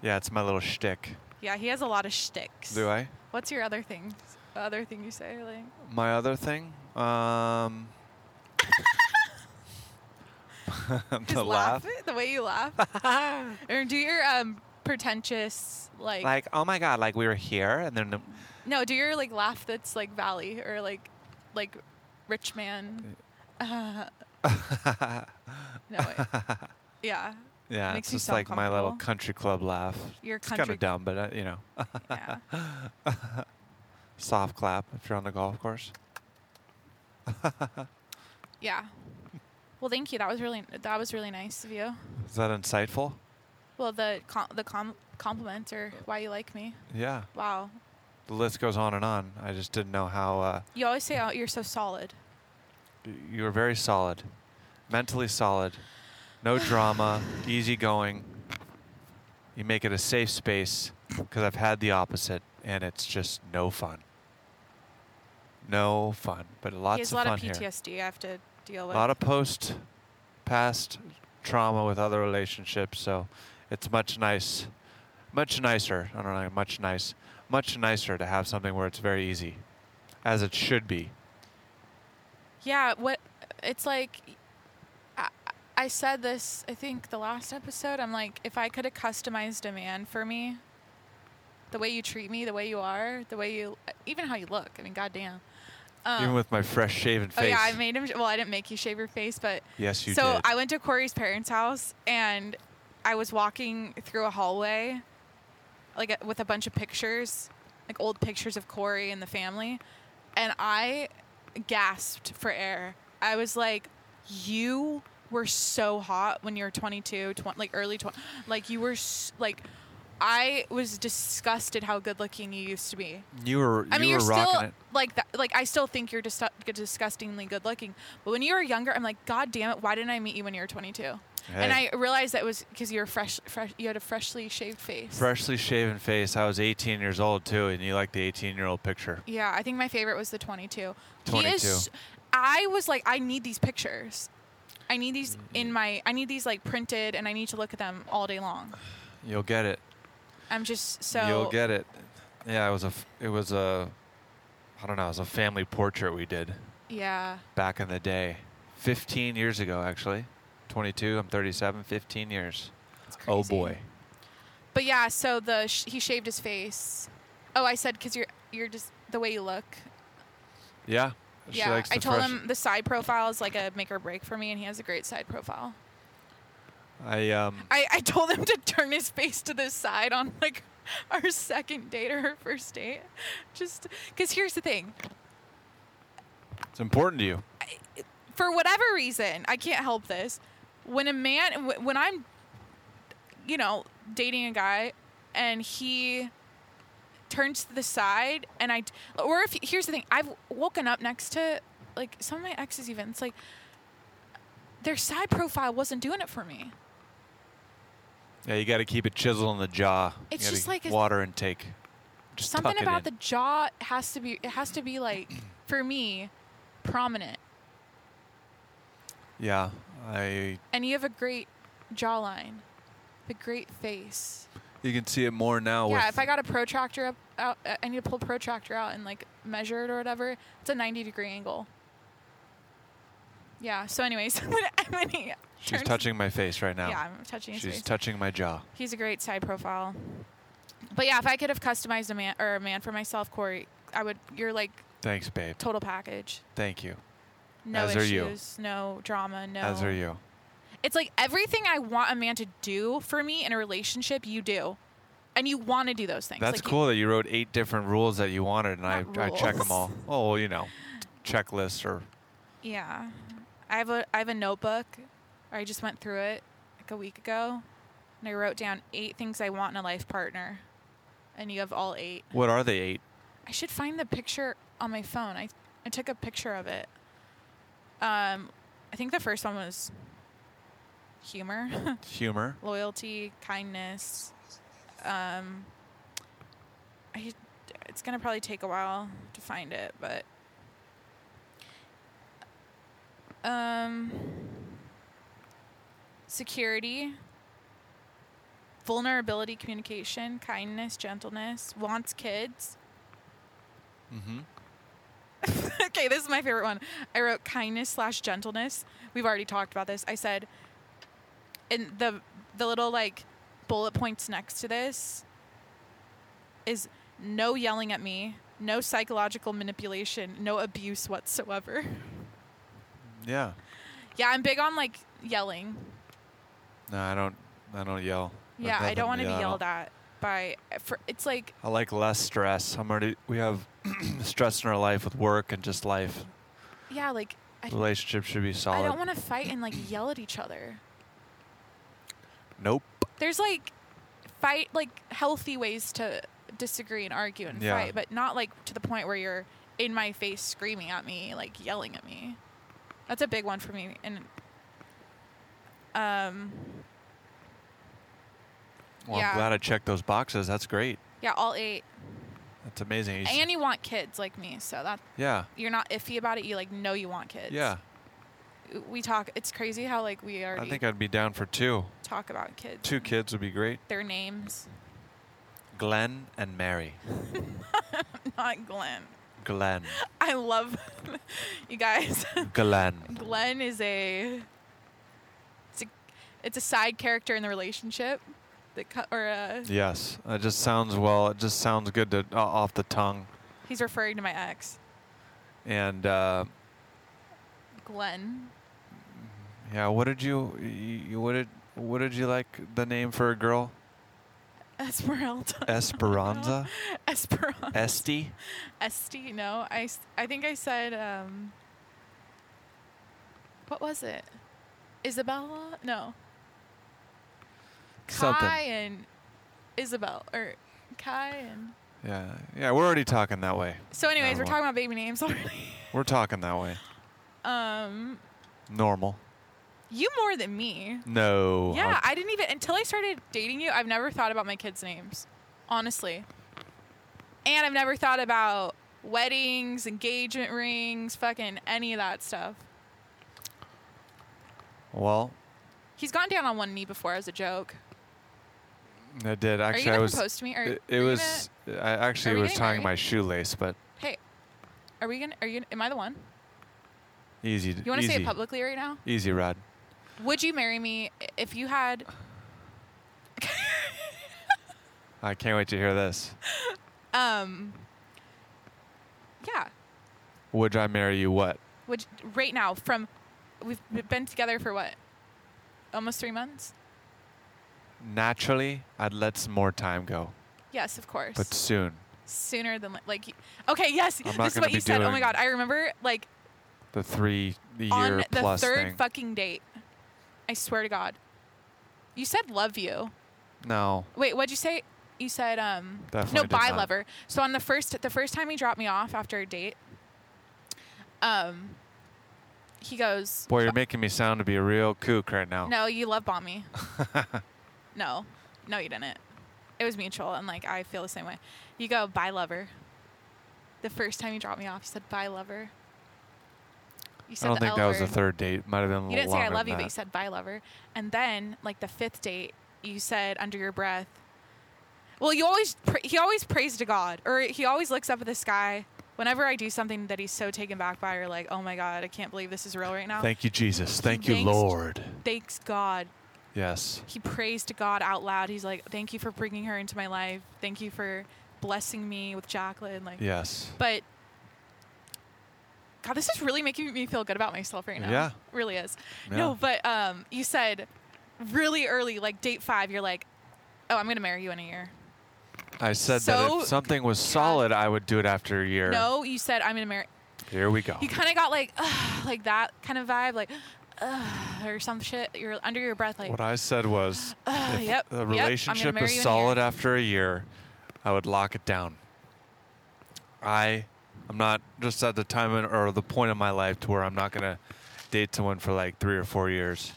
[SPEAKER 1] Yeah, it's my little shtick.
[SPEAKER 2] Yeah, he has a lot of shticks.
[SPEAKER 1] Do I?
[SPEAKER 2] What's your other thing? Other thing you say? Like,
[SPEAKER 1] My other thing? Um,
[SPEAKER 2] just
[SPEAKER 1] the
[SPEAKER 2] laugh.
[SPEAKER 1] laugh.
[SPEAKER 2] it the way you laugh. or do your um, pretentious like,
[SPEAKER 1] Like, oh my God, like we were here and then. the-
[SPEAKER 2] no, do your like laugh that's like valley or like like rich man. Uh, no, wait. yeah,
[SPEAKER 1] Yeah,
[SPEAKER 2] Makes
[SPEAKER 1] it's
[SPEAKER 2] you
[SPEAKER 1] just
[SPEAKER 2] sound
[SPEAKER 1] like my little
[SPEAKER 2] comfortable.
[SPEAKER 1] country club laugh.
[SPEAKER 2] your
[SPEAKER 1] It's kind
[SPEAKER 2] country.
[SPEAKER 1] of dumb, but uh, you know,
[SPEAKER 2] yeah.
[SPEAKER 1] soft clap if you're on the golf course.
[SPEAKER 2] yeah. Well, thank you. That was really that was really nice of you.
[SPEAKER 1] Is that insightful?
[SPEAKER 2] Well, the com- the com- compliment or why you like me.
[SPEAKER 1] Yeah,
[SPEAKER 2] Wow,
[SPEAKER 1] the list goes on and on. I just didn't know how uh,
[SPEAKER 2] you always say oh, you're so solid.
[SPEAKER 1] y- you were very solid, mentally solid, no drama, easygoing. You make it a safe space because I've had the opposite, and it's just no fun. No fun, but lots
[SPEAKER 2] he has
[SPEAKER 1] of
[SPEAKER 2] a lot
[SPEAKER 1] fun
[SPEAKER 2] of
[SPEAKER 1] here.
[SPEAKER 2] PTSD. I have to deal
[SPEAKER 1] a
[SPEAKER 2] with.
[SPEAKER 1] lot of post past trauma with other relationships so it's much nice much nicer i don't know much nice much nicer to have something where it's very easy as it should be
[SPEAKER 2] Yeah, what it's like I, I said this I think the last episode. I'm like if I could have customized a man for me, the way you treat me, the way you are, the way you even how you look. I mean, goddamn. Um,
[SPEAKER 1] even with my fresh shaven
[SPEAKER 2] Oh
[SPEAKER 1] face
[SPEAKER 2] yeah, I made him. Well, I didn't make you shave your face, but
[SPEAKER 1] yes you
[SPEAKER 2] so
[SPEAKER 1] did
[SPEAKER 2] I went to Corey's parents' house and I was walking through a hallway, like with a bunch of pictures, like old pictures of Corey and the family, and I gasped for air. I was like, "You were so hot when you were 22, 20, like early 20, like you were s- like." I was disgusted how good looking you used to be.
[SPEAKER 1] You were you
[SPEAKER 2] I mean,
[SPEAKER 1] were
[SPEAKER 2] you're
[SPEAKER 1] rocking
[SPEAKER 2] still
[SPEAKER 1] it.
[SPEAKER 2] like that. Like I still think you're dis- disgustingly good looking. But when you were younger, I'm like, God damn it! Why didn't I meet you when you were 22? And
[SPEAKER 1] Hey.
[SPEAKER 2] I realized that was because you were fresh, fresh. You had a freshly shaved face.
[SPEAKER 1] freshly shaven face. I was 18 years old too, and you like the 18 year old picture.
[SPEAKER 2] Yeah, I think my favorite was the 22. He
[SPEAKER 1] 22.
[SPEAKER 2] is. I was like, I need these pictures. I need these in my. I need these like printed, and I need to look at them all day long.
[SPEAKER 1] You'll get it.
[SPEAKER 2] I'm just so.
[SPEAKER 1] You'll get it. Yeah, it was a f- it was a I don't know, it was a family portrait we did
[SPEAKER 2] Yeah.
[SPEAKER 1] back in the day. 15 years ago actually. 22, I'm 37, 15 years.
[SPEAKER 2] it's
[SPEAKER 1] Oh
[SPEAKER 2] crazy.
[SPEAKER 1] boy.
[SPEAKER 2] But yeah, so the sh- he shaved his face. Oh, I said because you're you're just the way you look.
[SPEAKER 1] Yeah. She
[SPEAKER 2] yeah,
[SPEAKER 1] likes
[SPEAKER 2] I
[SPEAKER 1] the
[SPEAKER 2] told
[SPEAKER 1] fresh-
[SPEAKER 2] him the side profile is like a make or break for me, and he has a great side profile.
[SPEAKER 1] I um
[SPEAKER 2] I, I told him to turn his face to the side on like our second date or our first date. Just because here's the thing
[SPEAKER 1] it's important to you.
[SPEAKER 2] for whatever reason, I can't help this. When a man, wh- when I'm, you know, dating a guy and he turns to the side and I, or if, here's the thing, I've woken up next to like some of my exes even, it's like their side profile wasn't doing it for me.
[SPEAKER 1] Yeah, you got to keep it chiseled on the jaw. You
[SPEAKER 2] It's
[SPEAKER 1] gotta
[SPEAKER 2] just like a-
[SPEAKER 1] water intake. Just
[SPEAKER 2] something
[SPEAKER 1] tuck it
[SPEAKER 2] about the
[SPEAKER 1] in.
[SPEAKER 2] jaw has to be it has to be like for me prominent
[SPEAKER 1] Yeah, I
[SPEAKER 2] and you have a great jawline a great face
[SPEAKER 1] you can see it more now
[SPEAKER 2] yeah
[SPEAKER 1] Oh, with
[SPEAKER 2] if i got a protractor up out uh, i need to pull protractor out and like measure it or whatever it's a 90 degree angle yeah so anyways when, when he
[SPEAKER 1] She's
[SPEAKER 2] turns-
[SPEAKER 1] touching my face right now.
[SPEAKER 2] yeah i'm touching his
[SPEAKER 1] She's
[SPEAKER 2] face
[SPEAKER 1] touching my jaw.
[SPEAKER 2] he's a great side profile but yeah if i could have customized a man or a man for myself corey i would you're like
[SPEAKER 1] Thanks, babe.
[SPEAKER 2] total package
[SPEAKER 1] Thank you.
[SPEAKER 2] No
[SPEAKER 1] As are
[SPEAKER 2] issues,
[SPEAKER 1] you.
[SPEAKER 2] no drama, no.
[SPEAKER 1] As are you.
[SPEAKER 2] It's like everything I want a man to do for me in a relationship, you do, and you want to do those things.
[SPEAKER 1] That's
[SPEAKER 2] Like, you-
[SPEAKER 1] cool that you wrote eight different rules that you wanted, and I,
[SPEAKER 2] Not
[SPEAKER 1] I check
[SPEAKER 2] rules.
[SPEAKER 1] them all. Oh, well, you know, checklists or
[SPEAKER 2] yeah, I have a I have a notebook. Or I just went through it like a week ago, and I wrote down eight things I want in a life partner, and you have all eight.
[SPEAKER 1] what are they eight?
[SPEAKER 2] I should find the picture on my phone. I I took a picture of it. Um, I think the first one was humor.
[SPEAKER 1] Humor,
[SPEAKER 2] loyalty, kindness. Um, I, it's gonna probably take a while to find it, but um, security, vulnerability, communication, kindness, gentleness, wants kids.
[SPEAKER 1] mm-hmm.
[SPEAKER 2] okay, this is my favorite one. I wrote kindness slash gentleness. We've already talked about this. I said, and the the little like bullet points next to this is no yelling at me, no psychological manipulation, no abuse whatsoever.
[SPEAKER 1] yeah.
[SPEAKER 2] yeah, I'm big on like yelling.
[SPEAKER 1] No, I don't. I don't yell.
[SPEAKER 2] Yeah, I don't want to be yelled
[SPEAKER 1] at.
[SPEAKER 2] at by. For, it's like
[SPEAKER 1] I like less stress. I'm already. We have stress in our life with work and just life.
[SPEAKER 2] yeah, like I,
[SPEAKER 1] Relationships should be
[SPEAKER 2] I
[SPEAKER 1] solid.
[SPEAKER 2] don't want to fight and like yell at each other.
[SPEAKER 1] nope.
[SPEAKER 2] there's like fight like healthy ways to disagree and argue and
[SPEAKER 1] Yeah.
[SPEAKER 2] fight but not like to the point where you're in my face screaming at me like yelling at me that's a big one for me and um
[SPEAKER 1] Well,
[SPEAKER 2] Yeah.
[SPEAKER 1] I'm glad I checked those boxes. That's great.
[SPEAKER 2] yeah all eight
[SPEAKER 1] That's amazing. You s-
[SPEAKER 2] and you want kids like me so that
[SPEAKER 1] yeah.
[SPEAKER 2] you're not iffy about it you like know you want kids
[SPEAKER 1] Yeah.
[SPEAKER 2] we talk it's crazy how like we already
[SPEAKER 1] I think I'd be down for two.
[SPEAKER 2] talk about kids
[SPEAKER 1] Two kids would be great.
[SPEAKER 2] their names
[SPEAKER 1] Glenn and Mary.
[SPEAKER 2] not glenn
[SPEAKER 1] Glenn.
[SPEAKER 2] i love you guys
[SPEAKER 1] Glenn.
[SPEAKER 2] Glenn is a it's a it's a side character in the relationship that co- or uh,
[SPEAKER 1] Yes, it just sounds well. It just sounds good to uh, off the tongue,
[SPEAKER 2] he's referring to my ex
[SPEAKER 1] and uh,
[SPEAKER 2] Glenn.
[SPEAKER 1] yeah. What did you, you? What did? What did you like the name for a girl?
[SPEAKER 2] Esmeralda.
[SPEAKER 1] Esperanza,
[SPEAKER 2] Esperanza.
[SPEAKER 1] Esti.
[SPEAKER 2] Esti. No, I, s- I think I said um. What was it? Isabella? No.
[SPEAKER 1] Something.
[SPEAKER 2] Kai and Isabel or Kai and
[SPEAKER 1] Yeah, yeah, we're already talking that way.
[SPEAKER 2] so anyways, we're
[SPEAKER 1] Normal.
[SPEAKER 2] talking about baby names already.
[SPEAKER 1] We're talking that way.
[SPEAKER 2] Um
[SPEAKER 1] Normal.
[SPEAKER 2] you more than me.
[SPEAKER 1] No.
[SPEAKER 2] Yeah, I didn't even until I started dating you, I've never thought about my kids' names. Honestly. And I've never thought about weddings, engagement rings, fucking any of that stuff.
[SPEAKER 1] Well,
[SPEAKER 2] He's gone down on one knee before as a joke.
[SPEAKER 1] I did
[SPEAKER 2] are you
[SPEAKER 1] actually.
[SPEAKER 2] gonna
[SPEAKER 1] I was.
[SPEAKER 2] propose to me? Are,
[SPEAKER 1] It,
[SPEAKER 2] are
[SPEAKER 1] it
[SPEAKER 2] you
[SPEAKER 1] was. I
[SPEAKER 2] are
[SPEAKER 1] actually
[SPEAKER 2] we
[SPEAKER 1] was
[SPEAKER 2] getting
[SPEAKER 1] tying
[SPEAKER 2] married?
[SPEAKER 1] my shoelace, but
[SPEAKER 2] gonna- hey, are we gonna? Are you? Am I the one?
[SPEAKER 1] easy.
[SPEAKER 2] You want to
[SPEAKER 1] easy,
[SPEAKER 2] say it publicly right now?
[SPEAKER 1] Easy, Rod.
[SPEAKER 2] Would you marry me i- if you had?
[SPEAKER 1] I can't wait to hear this.
[SPEAKER 2] Um. Yeah.
[SPEAKER 1] Would I marry you? What?
[SPEAKER 2] Would you- right now from we've been together for what? Almost three months.
[SPEAKER 1] Naturally, I'd let some more time go,
[SPEAKER 2] Yes, of course.
[SPEAKER 1] but soon.
[SPEAKER 2] Sooner than li- like. y- Okay. Yes.
[SPEAKER 1] I'm not
[SPEAKER 2] This is
[SPEAKER 1] gonna
[SPEAKER 2] what you
[SPEAKER 1] be
[SPEAKER 2] said. Oh my
[SPEAKER 1] doing
[SPEAKER 2] god. I remember like
[SPEAKER 1] The three the year
[SPEAKER 2] on the
[SPEAKER 1] plus
[SPEAKER 2] third
[SPEAKER 1] thing.
[SPEAKER 2] fucking date. I swear to God. You said love you.
[SPEAKER 1] no.
[SPEAKER 2] Wait, what'd you say? You said um
[SPEAKER 1] Definitely
[SPEAKER 2] no
[SPEAKER 1] did
[SPEAKER 2] bi
[SPEAKER 1] not.
[SPEAKER 2] lover. So on the first the first time he dropped me off after a date, um, he goes,
[SPEAKER 1] Boy, you're making me sound to be a real kook right now.
[SPEAKER 2] "No, you love bomb me." no, no, you didn't. It was mutual, and like I feel the same way. You go bi lover. The first time you dropped me off, you said bi lover. You
[SPEAKER 1] I
[SPEAKER 2] said
[SPEAKER 1] don't
[SPEAKER 2] the
[SPEAKER 1] think
[SPEAKER 2] L
[SPEAKER 1] that was the
[SPEAKER 2] word.
[SPEAKER 1] third date. Might have been a
[SPEAKER 2] You
[SPEAKER 1] little
[SPEAKER 2] didn't say I
[SPEAKER 1] longer
[SPEAKER 2] love
[SPEAKER 1] than
[SPEAKER 2] you, but
[SPEAKER 1] that.
[SPEAKER 2] you said bye lover. And then like the fifth date, you said under your breath. Well, you always pra- he always prays to God, or he always looks up at the sky. Whenever I do something that he's so taken back by, or like, oh my God, I can't believe this is real right now.
[SPEAKER 1] Thank you, Jesus. Thank you,
[SPEAKER 2] thanks-
[SPEAKER 1] Lord.
[SPEAKER 2] Thanks God.
[SPEAKER 1] Yes.
[SPEAKER 2] He prays to God out loud. He's like, thank you for bringing her into my life. Thank you for blessing me with Jacqueline. Like,
[SPEAKER 1] Yes.
[SPEAKER 2] but God, this is really making me feel good about myself right now.
[SPEAKER 1] Yeah.
[SPEAKER 2] really is.
[SPEAKER 1] Yeah.
[SPEAKER 2] No, but um, you said really early, like date five, you're like, oh, I'm gonna marry you in a year.
[SPEAKER 1] I said that
[SPEAKER 2] So-
[SPEAKER 1] if something was solid, I would do it after a year.
[SPEAKER 2] No, you said I'm gonna marry.
[SPEAKER 1] Here we go.
[SPEAKER 2] You kind of got like, Ugh, like that kind of vibe, like, Ugh, or some shit. You're under your breath, like,
[SPEAKER 1] What I said was
[SPEAKER 2] Ugh,
[SPEAKER 1] if
[SPEAKER 2] yep,
[SPEAKER 1] the
[SPEAKER 2] yep, I'm gonna
[SPEAKER 1] relationship
[SPEAKER 2] marry you in
[SPEAKER 1] is
[SPEAKER 2] a
[SPEAKER 1] solid
[SPEAKER 2] year.
[SPEAKER 1] after a year, I would lock it down. I I'm not just at the time in- or the point in my life to where I'm not going to date someone for like 3 or 4 years.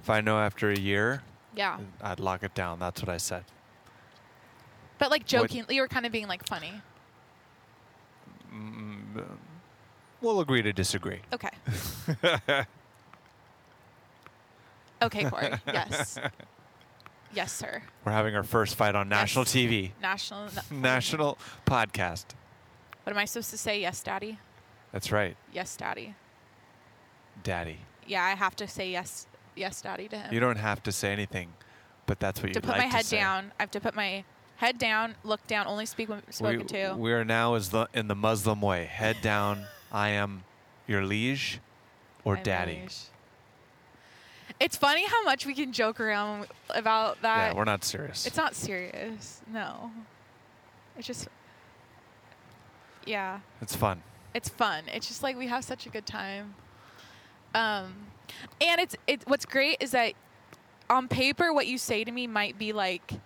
[SPEAKER 1] If I know after a year,
[SPEAKER 2] yeah.
[SPEAKER 1] I'd lock it down. That's what I said.
[SPEAKER 2] But like jokingly, you were kind of being like funny.
[SPEAKER 1] We'll agree to disagree.
[SPEAKER 2] Okay. okay, Corey. Yes. Yes, sir.
[SPEAKER 1] We're having our first fight on national
[SPEAKER 2] Yes.
[SPEAKER 1] TV,
[SPEAKER 2] National.
[SPEAKER 1] national podcast.
[SPEAKER 2] What am I supposed to say? Yes, daddy.
[SPEAKER 1] That's right,
[SPEAKER 2] Yes, daddy.
[SPEAKER 1] Daddy.
[SPEAKER 2] Yeah, I have to say yes, yes, daddy to him.
[SPEAKER 1] You don't have to say anything, but that's what you
[SPEAKER 2] to put
[SPEAKER 1] like
[SPEAKER 2] my head
[SPEAKER 1] say.
[SPEAKER 2] down. I have to put my head down, look down, only speak when spoken
[SPEAKER 1] we,
[SPEAKER 2] to.
[SPEAKER 1] we are now is the in the Muslim way. Head down. I am your liege or
[SPEAKER 2] I'm
[SPEAKER 1] daddy.
[SPEAKER 2] Irish. It's funny how much we can joke around about that.
[SPEAKER 1] Yeah, we're not serious.
[SPEAKER 2] it's not serious. No. It's just Yeah.
[SPEAKER 1] It's fun.
[SPEAKER 2] It's fun. It's just like we have such a good time. Um and it's it what's great is that on paper what you say to me might be like t-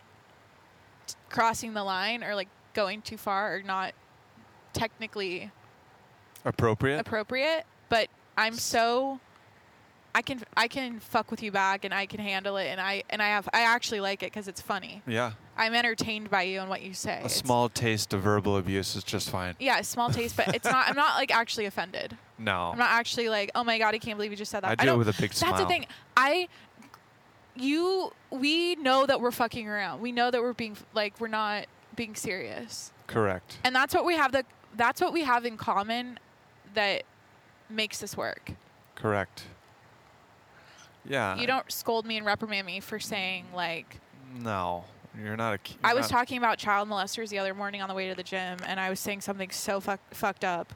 [SPEAKER 2] crossing the line or like going too far or not technically
[SPEAKER 1] Appropriate.
[SPEAKER 2] appropriate, but I'm so I can I can fuck with you back and I can handle it and I and I have I actually like it cuz it's funny.
[SPEAKER 1] yeah.
[SPEAKER 2] I'm entertained by you and what you say.
[SPEAKER 1] A
[SPEAKER 2] It's-
[SPEAKER 1] small taste of verbal abuse is just fine.
[SPEAKER 2] Yeah, a small taste, but it's not I'm not like actually offended.
[SPEAKER 1] No.
[SPEAKER 2] I'm not actually like, "Oh my god, I can't believe you just said that."
[SPEAKER 1] I do it
[SPEAKER 2] don't-
[SPEAKER 1] with a big smile.
[SPEAKER 2] That's the thing. I you we know that we're fucking around. We know that we're being like we're not being serious.
[SPEAKER 1] Correct.
[SPEAKER 2] and that's what we have the that's what we have in common that makes this work
[SPEAKER 1] Correct. Yeah.
[SPEAKER 2] you don't scold me and reprimand me for saying like
[SPEAKER 1] No, you're not a. ki-
[SPEAKER 2] i
[SPEAKER 1] you're
[SPEAKER 2] was
[SPEAKER 1] not-
[SPEAKER 2] talking about child molesters the other morning on the way to the gym and i was saying something so fuck, fucked up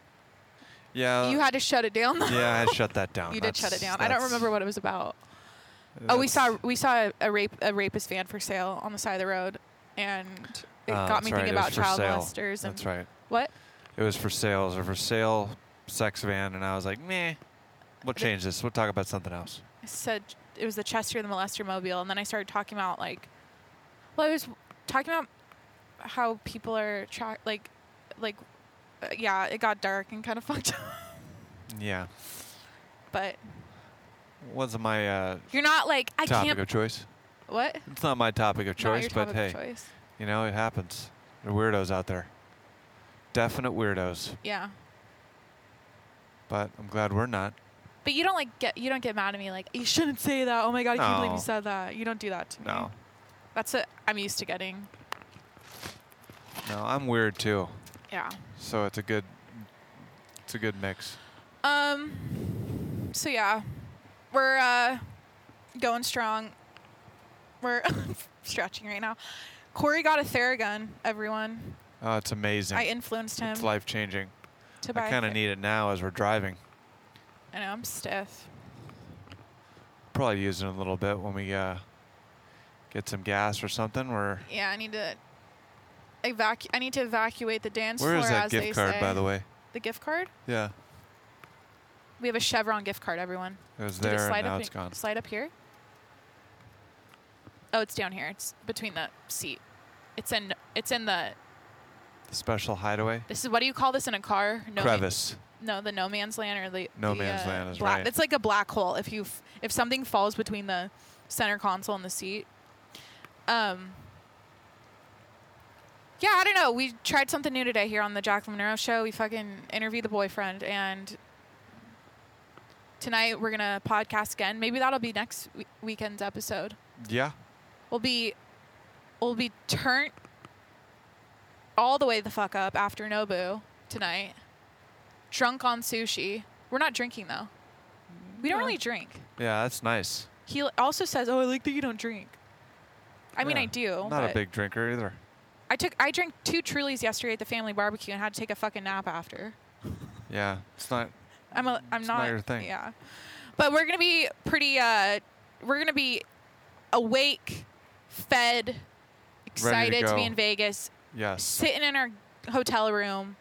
[SPEAKER 1] Yeah.
[SPEAKER 2] you had to shut it down though.
[SPEAKER 1] Uh, yeah, I shut that down.
[SPEAKER 2] you did shut it
[SPEAKER 1] That's-
[SPEAKER 2] down i don't
[SPEAKER 1] that's-
[SPEAKER 2] remember what it was about oh we saw
[SPEAKER 1] that's-
[SPEAKER 2] we saw a rape a rapist van for sale on the side of the road and it
[SPEAKER 1] Oh,
[SPEAKER 2] got
[SPEAKER 1] that's right,
[SPEAKER 2] me
[SPEAKER 1] it
[SPEAKER 2] thinking
[SPEAKER 1] was
[SPEAKER 2] about
[SPEAKER 1] for
[SPEAKER 2] child
[SPEAKER 1] sale.
[SPEAKER 2] molesters and
[SPEAKER 1] That's right.
[SPEAKER 2] what
[SPEAKER 1] It was for sales or for sale sex van, and I was like, meh. We'll change this. We'll talk about something else.
[SPEAKER 2] I said it was the Chester and the Molester Mobile, and then I started talking about like, well, I was talking about how people are tra- like, like, uh, yeah, it got dark and kind of fucked up.
[SPEAKER 1] Yeah.
[SPEAKER 2] But
[SPEAKER 1] Wasn't my uh,
[SPEAKER 2] you're not like I
[SPEAKER 1] topic
[SPEAKER 2] can't.
[SPEAKER 1] of choice.
[SPEAKER 2] what?
[SPEAKER 1] It's not my topic of
[SPEAKER 2] not
[SPEAKER 1] choice,
[SPEAKER 2] your
[SPEAKER 1] but
[SPEAKER 2] topic
[SPEAKER 1] hey,
[SPEAKER 2] of choice.
[SPEAKER 1] you know, it happens. There are weirdos out there. Definite weirdos.
[SPEAKER 2] Yeah.
[SPEAKER 1] But I'm glad we're not.
[SPEAKER 2] But you don't like get you don't get mad at me like you shouldn't say that. Oh my god, I can't believe
[SPEAKER 1] No.
[SPEAKER 2] you said that. You don't do that to me.
[SPEAKER 1] No.
[SPEAKER 2] That's what I'm used to getting.
[SPEAKER 1] No, I'm weird too.
[SPEAKER 2] Yeah.
[SPEAKER 1] So it's a good it's a good mix.
[SPEAKER 2] Um. So yeah, we're uh, going strong. We're stretching right now. Corey got a Theragun. Everyone,
[SPEAKER 1] Oh, it's amazing.
[SPEAKER 2] I influenced him
[SPEAKER 1] it's life changing.
[SPEAKER 2] to buy.
[SPEAKER 1] I
[SPEAKER 2] a
[SPEAKER 1] kind of
[SPEAKER 2] Thera-
[SPEAKER 1] need it now as we're driving.
[SPEAKER 2] I know I'm stiff.
[SPEAKER 1] Probably use it a little bit when we uh, get some gas or something. We're
[SPEAKER 2] Yeah, I need to. Evacu- I need to evacuate the dance
[SPEAKER 1] Where
[SPEAKER 2] floor
[SPEAKER 1] is that
[SPEAKER 2] as
[SPEAKER 1] gift
[SPEAKER 2] they
[SPEAKER 1] card,
[SPEAKER 2] say.
[SPEAKER 1] by the way?
[SPEAKER 2] The gift card?
[SPEAKER 1] Yeah,
[SPEAKER 2] We have a Chevron gift card, everyone.
[SPEAKER 1] it was
[SPEAKER 2] Did it
[SPEAKER 1] there,
[SPEAKER 2] slide
[SPEAKER 1] and now
[SPEAKER 2] up
[SPEAKER 1] it's
[SPEAKER 2] in-
[SPEAKER 1] gone.
[SPEAKER 2] Slide up here. Oh, it's down here. It's between the seat. It's in. It's in the.
[SPEAKER 1] Special hideaway
[SPEAKER 2] This is what do you call this in a car? No,
[SPEAKER 1] crevice.
[SPEAKER 2] No, the no man's land or the
[SPEAKER 1] No
[SPEAKER 2] the,
[SPEAKER 1] man's land is
[SPEAKER 2] black,
[SPEAKER 1] right.
[SPEAKER 2] It's like a black hole. If you f- if something falls between the center console and the seat, um, yeah, I don't know. We tried something new today here on the Jack Monero show. We fucking interviewed the boyfriend, and tonight we're gonna podcast again. Maybe that'll be next we- weekend's episode.
[SPEAKER 1] Yeah,
[SPEAKER 2] We'll be we'll be turned all the way the fuck up after Nobu tonight. Drunk on sushi. We're not drinking though. We don't really drink.
[SPEAKER 1] yeah, that's nice.
[SPEAKER 2] He l- also says, "Oh, I like that you don't drink." I mean,
[SPEAKER 1] Yeah.
[SPEAKER 2] I do.
[SPEAKER 1] Not
[SPEAKER 2] but
[SPEAKER 1] a big drinker either.
[SPEAKER 2] I took I drank two Trulies yesterday at the family barbecue and had to take a fucking nap after.
[SPEAKER 1] Yeah, it's not.
[SPEAKER 2] I'm a, I'm
[SPEAKER 1] It's
[SPEAKER 2] not,
[SPEAKER 1] not your thing.
[SPEAKER 2] Yeah, but we're gonna be pretty. Uh, we're gonna be awake, fed, excited to, be
[SPEAKER 1] go.
[SPEAKER 2] in Vegas,
[SPEAKER 1] Yes,
[SPEAKER 2] sitting in our hotel room.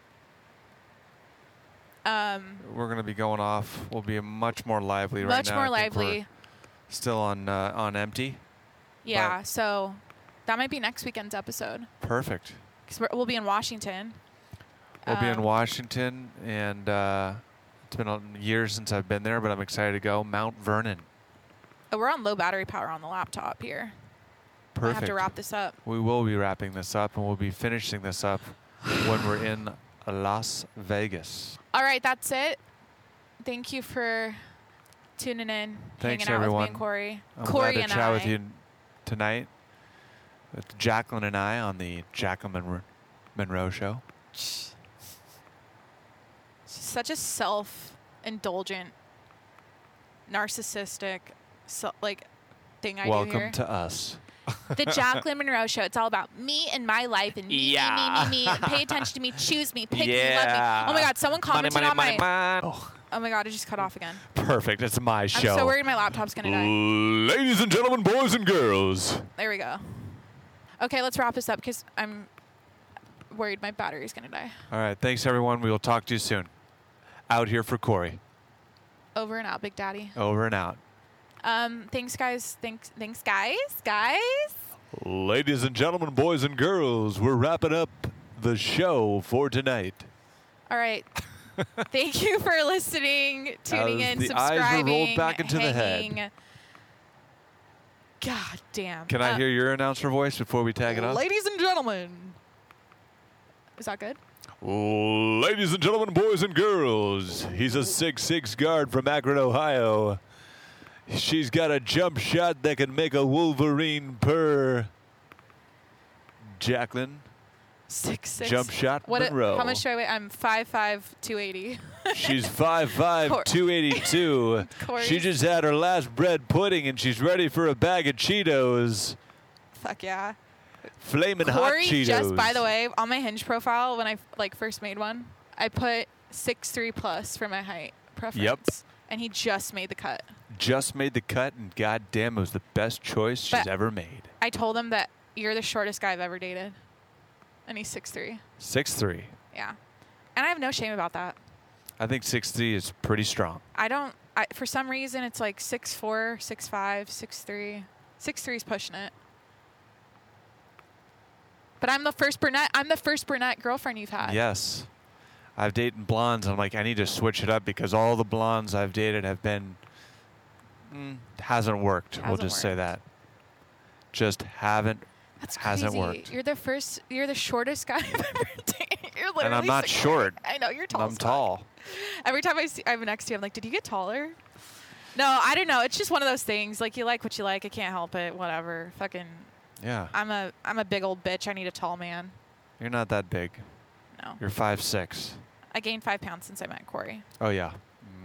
[SPEAKER 2] Um,
[SPEAKER 1] we're gonna be going off. We'll be much more lively right
[SPEAKER 2] much
[SPEAKER 1] now.
[SPEAKER 2] more
[SPEAKER 1] I think we're
[SPEAKER 2] lively.
[SPEAKER 1] Still on uh, on empty.
[SPEAKER 2] Yeah, so that might be next weekend's episode
[SPEAKER 1] Perfect.
[SPEAKER 2] because we'll be in Washington.
[SPEAKER 1] We'll be in
[SPEAKER 2] Um,
[SPEAKER 1] Washington, and uh, it's been a year since I've been there, but I'm excited to go. Mount Vernon.
[SPEAKER 2] oh, We're on low battery power on the laptop here. I
[SPEAKER 1] Perfect.
[SPEAKER 2] have to wrap this up.
[SPEAKER 1] We will be wrapping this up and we'll be finishing this up when we're in Las Vegas.
[SPEAKER 2] All right, that's it. Thank you for tuning in,
[SPEAKER 1] Thanks,
[SPEAKER 2] hanging out with
[SPEAKER 1] everyone.
[SPEAKER 2] me and Corey.
[SPEAKER 1] I'm
[SPEAKER 2] Corey
[SPEAKER 1] glad to
[SPEAKER 2] and
[SPEAKER 1] chat
[SPEAKER 2] I.
[SPEAKER 1] with you tonight with Jacqueline and I on the Jacqueline Monroe, Monroe Show.
[SPEAKER 2] She's such a self-indulgent, narcissistic, so, like thing I do
[SPEAKER 1] Welcome
[SPEAKER 2] here.
[SPEAKER 1] to us.
[SPEAKER 2] the Jacqueline Monroe Show. It's all about me and my life and me, me,
[SPEAKER 1] Yeah.
[SPEAKER 2] me, me, me. Pay attention to me. Choose me. Pick me. Love me.
[SPEAKER 1] Yeah.
[SPEAKER 2] Oh my God! Someone commented on my.
[SPEAKER 1] Oh,
[SPEAKER 2] Oh my God! It just cut off again.
[SPEAKER 1] perfect. It's my show.
[SPEAKER 2] I'm so worried my laptop's gonna die.
[SPEAKER 1] Ladies and gentlemen, boys and girls.
[SPEAKER 2] There we go. Okay, let's wrap this up because I'm worried my battery's gonna die.
[SPEAKER 1] All right. Thanks, everyone. We will talk to you soon. Out here for Corey.
[SPEAKER 2] Over and out, Big Daddy.
[SPEAKER 1] Over and out.
[SPEAKER 2] Um, thanks, guys. Thanks, thanks, guys, guys.
[SPEAKER 1] Ladies and gentlemen, boys and girls, we're wrapping up the show for tonight.
[SPEAKER 2] All right. Thank you for listening, tuning
[SPEAKER 1] As
[SPEAKER 2] in,
[SPEAKER 1] the eyes
[SPEAKER 2] subscribing,
[SPEAKER 1] are rolled back into the head.
[SPEAKER 2] hanging. God damn.
[SPEAKER 1] Can I
[SPEAKER 2] Uh,
[SPEAKER 1] hear your announcer voice before we tag it off?
[SPEAKER 2] Ladies and gentlemen. Is that good?
[SPEAKER 1] Ladies and gentlemen, boys and girls, he's a six-six guard from Akron, Ohio. She's got a jump shot that can make a Wolverine purr. Jacqueline,
[SPEAKER 2] Six six.
[SPEAKER 1] jump shot
[SPEAKER 2] What?
[SPEAKER 1] Monroe.
[SPEAKER 2] how much do I weigh? I'm five five two eighty.
[SPEAKER 1] She's 5'5",
[SPEAKER 2] Cor-
[SPEAKER 1] 282.
[SPEAKER 2] Corey.
[SPEAKER 1] she just had her last bread pudding, and she's ready for a bag of Cheetos.
[SPEAKER 2] Fuck yeah.
[SPEAKER 1] Flaming hot
[SPEAKER 2] Corey
[SPEAKER 1] Cheetos.
[SPEAKER 2] just by the way on my Hinge profile when I like first made one, I put six three plus for my height preference. And he just made the cut.
[SPEAKER 1] just made the cut, and goddamn, it was the best choice she's
[SPEAKER 2] But-
[SPEAKER 1] ever made.
[SPEAKER 2] I told him that you're the shortest guy I've ever dated, and he's six three.
[SPEAKER 1] Six three.
[SPEAKER 2] Yeah, and I have no shame about that.
[SPEAKER 1] I think six three is pretty strong.
[SPEAKER 2] I don't. I, for some reason, it's like six four, six five, six three. Six three's pushing it. But I'm the first brunette. I'm the first brunette girlfriend you've had.
[SPEAKER 1] Yes. I've dated blondes. I'm like, I need to switch it up because all the blondes I've dated have been. Mm, hasn't worked. we'll
[SPEAKER 2] Hasn't
[SPEAKER 1] just say
[SPEAKER 2] worked.
[SPEAKER 1] that. Just haven't.
[SPEAKER 2] That's crazy.
[SPEAKER 1] Hasn't worked.
[SPEAKER 2] You're the first. You're the shortest guy I've ever dated. You're literally.
[SPEAKER 1] and I'm not
[SPEAKER 2] six-
[SPEAKER 1] short.
[SPEAKER 2] I know you're tall.
[SPEAKER 1] I'm
[SPEAKER 2] as fuck.
[SPEAKER 1] tall.
[SPEAKER 2] Every time I see I'm next to you, I'm like, did you get taller? No, I don't know. It's just one of those things. Like you like what you like. I can't help it. Whatever. Fucking.
[SPEAKER 1] Yeah.
[SPEAKER 2] I'm a I'm a big old bitch. I need a tall man.
[SPEAKER 1] You're not that big.
[SPEAKER 2] No.
[SPEAKER 1] You're five six.
[SPEAKER 2] I gained five pounds since I met Corey.
[SPEAKER 1] Oh yeah.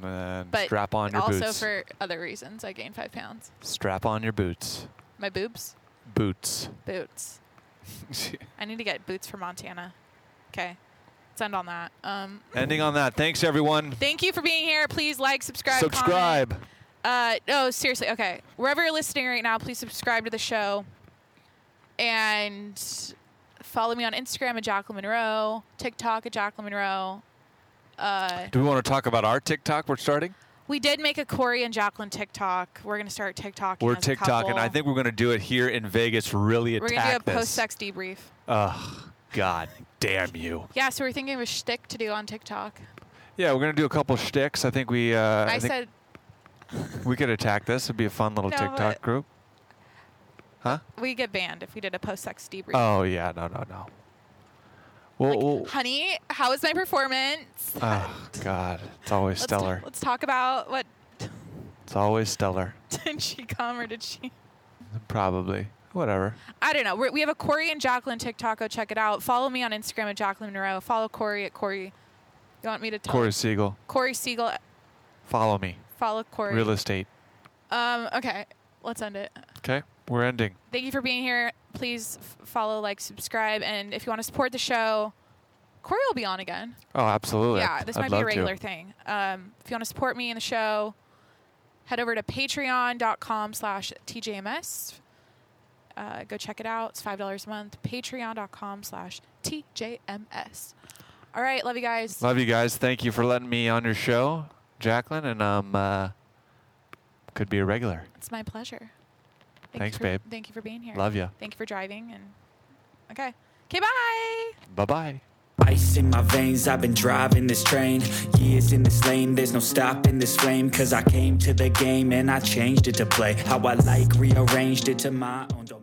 [SPEAKER 1] And
[SPEAKER 2] But
[SPEAKER 1] strap on your
[SPEAKER 2] also
[SPEAKER 1] boots.
[SPEAKER 2] for other reasons, I gained five pounds.
[SPEAKER 1] strap on your boots.
[SPEAKER 2] My boobs,
[SPEAKER 1] Boots.
[SPEAKER 2] boots. I need to get boots for Montana. Okay. Let's end on that. Um,
[SPEAKER 1] Ending on that. Thanks everyone.
[SPEAKER 2] thank you for being here. Please like, subscribe, comment.
[SPEAKER 1] Subscribe.
[SPEAKER 2] Uh, no, seriously. Okay. Wherever you're listening right now, please subscribe to the show and follow me on Instagram at Jacqueline Monroe, TikTok at Jacqueline Monroe. Uh,
[SPEAKER 1] Do we want to talk about our TikTok we're starting?
[SPEAKER 2] we did make a Corey and Jacqueline TikTok. We're going to start TikTok.
[SPEAKER 1] We're
[SPEAKER 2] as a
[SPEAKER 1] TikTok, and
[SPEAKER 2] couple.
[SPEAKER 1] I think we're going to do it here in Vegas. Really
[SPEAKER 2] we're
[SPEAKER 1] attack
[SPEAKER 2] going to do a
[SPEAKER 1] this.
[SPEAKER 2] post sex debrief.
[SPEAKER 1] Ugh, God damn you.
[SPEAKER 2] Yeah, so we're thinking of a shtick to do on TikTok.
[SPEAKER 1] Yeah, we're going to do a couple shticks. I think we. Uh, I,
[SPEAKER 2] I,
[SPEAKER 1] think
[SPEAKER 2] said,
[SPEAKER 1] we could attack this. It'd be a fun little
[SPEAKER 2] No,
[SPEAKER 1] TikTok
[SPEAKER 2] but-
[SPEAKER 1] group. Huh?
[SPEAKER 2] we get banned if we did a post sex debrief.
[SPEAKER 1] Oh yeah, no, no, no. Well,
[SPEAKER 2] Like,
[SPEAKER 1] well
[SPEAKER 2] honey, how was my performance?
[SPEAKER 1] oh God, it's always
[SPEAKER 2] Let's-
[SPEAKER 1] stellar.
[SPEAKER 2] let's talk about what
[SPEAKER 1] It's always stellar.
[SPEAKER 2] did she come or did she?
[SPEAKER 1] Probably. Whatever.
[SPEAKER 2] I don't know. We're, we have a Corey and Jacqueline TikTok. Go check it out. Follow me on Instagram at Jacqueline Monroe. Follow Corey at Corey. You want me to tell
[SPEAKER 1] Corey Siegel,
[SPEAKER 2] Corey Siegel?
[SPEAKER 1] follow me.
[SPEAKER 2] Follow Corey.
[SPEAKER 1] Real estate.
[SPEAKER 2] Um. Okay. Let's end it.
[SPEAKER 1] Okay, we're ending.
[SPEAKER 2] Thank you for being here. Please f- follow, like, subscribe, and if you want to support the show, Corey will be on again.
[SPEAKER 1] Oh, absolutely.
[SPEAKER 2] Yeah,
[SPEAKER 1] I'd-
[SPEAKER 2] this
[SPEAKER 1] I'd
[SPEAKER 2] might be a
[SPEAKER 1] love to.
[SPEAKER 2] regular thing. Um, if you want to support me in the show, head over to patreon.com slash TJMS. Uh, go check it out. It's $5 a month. Patreon.com slash TJMS. All right. Love you guys.
[SPEAKER 1] Love you guys. Thank you for letting me on your show, Jacqueline, and um, uh, could be a regular.
[SPEAKER 2] It's my pleasure. Thank you
[SPEAKER 1] Thanks,
[SPEAKER 2] for-
[SPEAKER 1] babe.
[SPEAKER 2] Thank you for being here.
[SPEAKER 1] Love you.
[SPEAKER 2] Thank you for driving. And okay. Okay. Bye.
[SPEAKER 1] Bye bye.
[SPEAKER 3] Ice in my veins, I've been driving this train. Years in this lane, there's no stopping this flame. Cause I came to the game and I changed it to play. How I like, rearranged it to my own.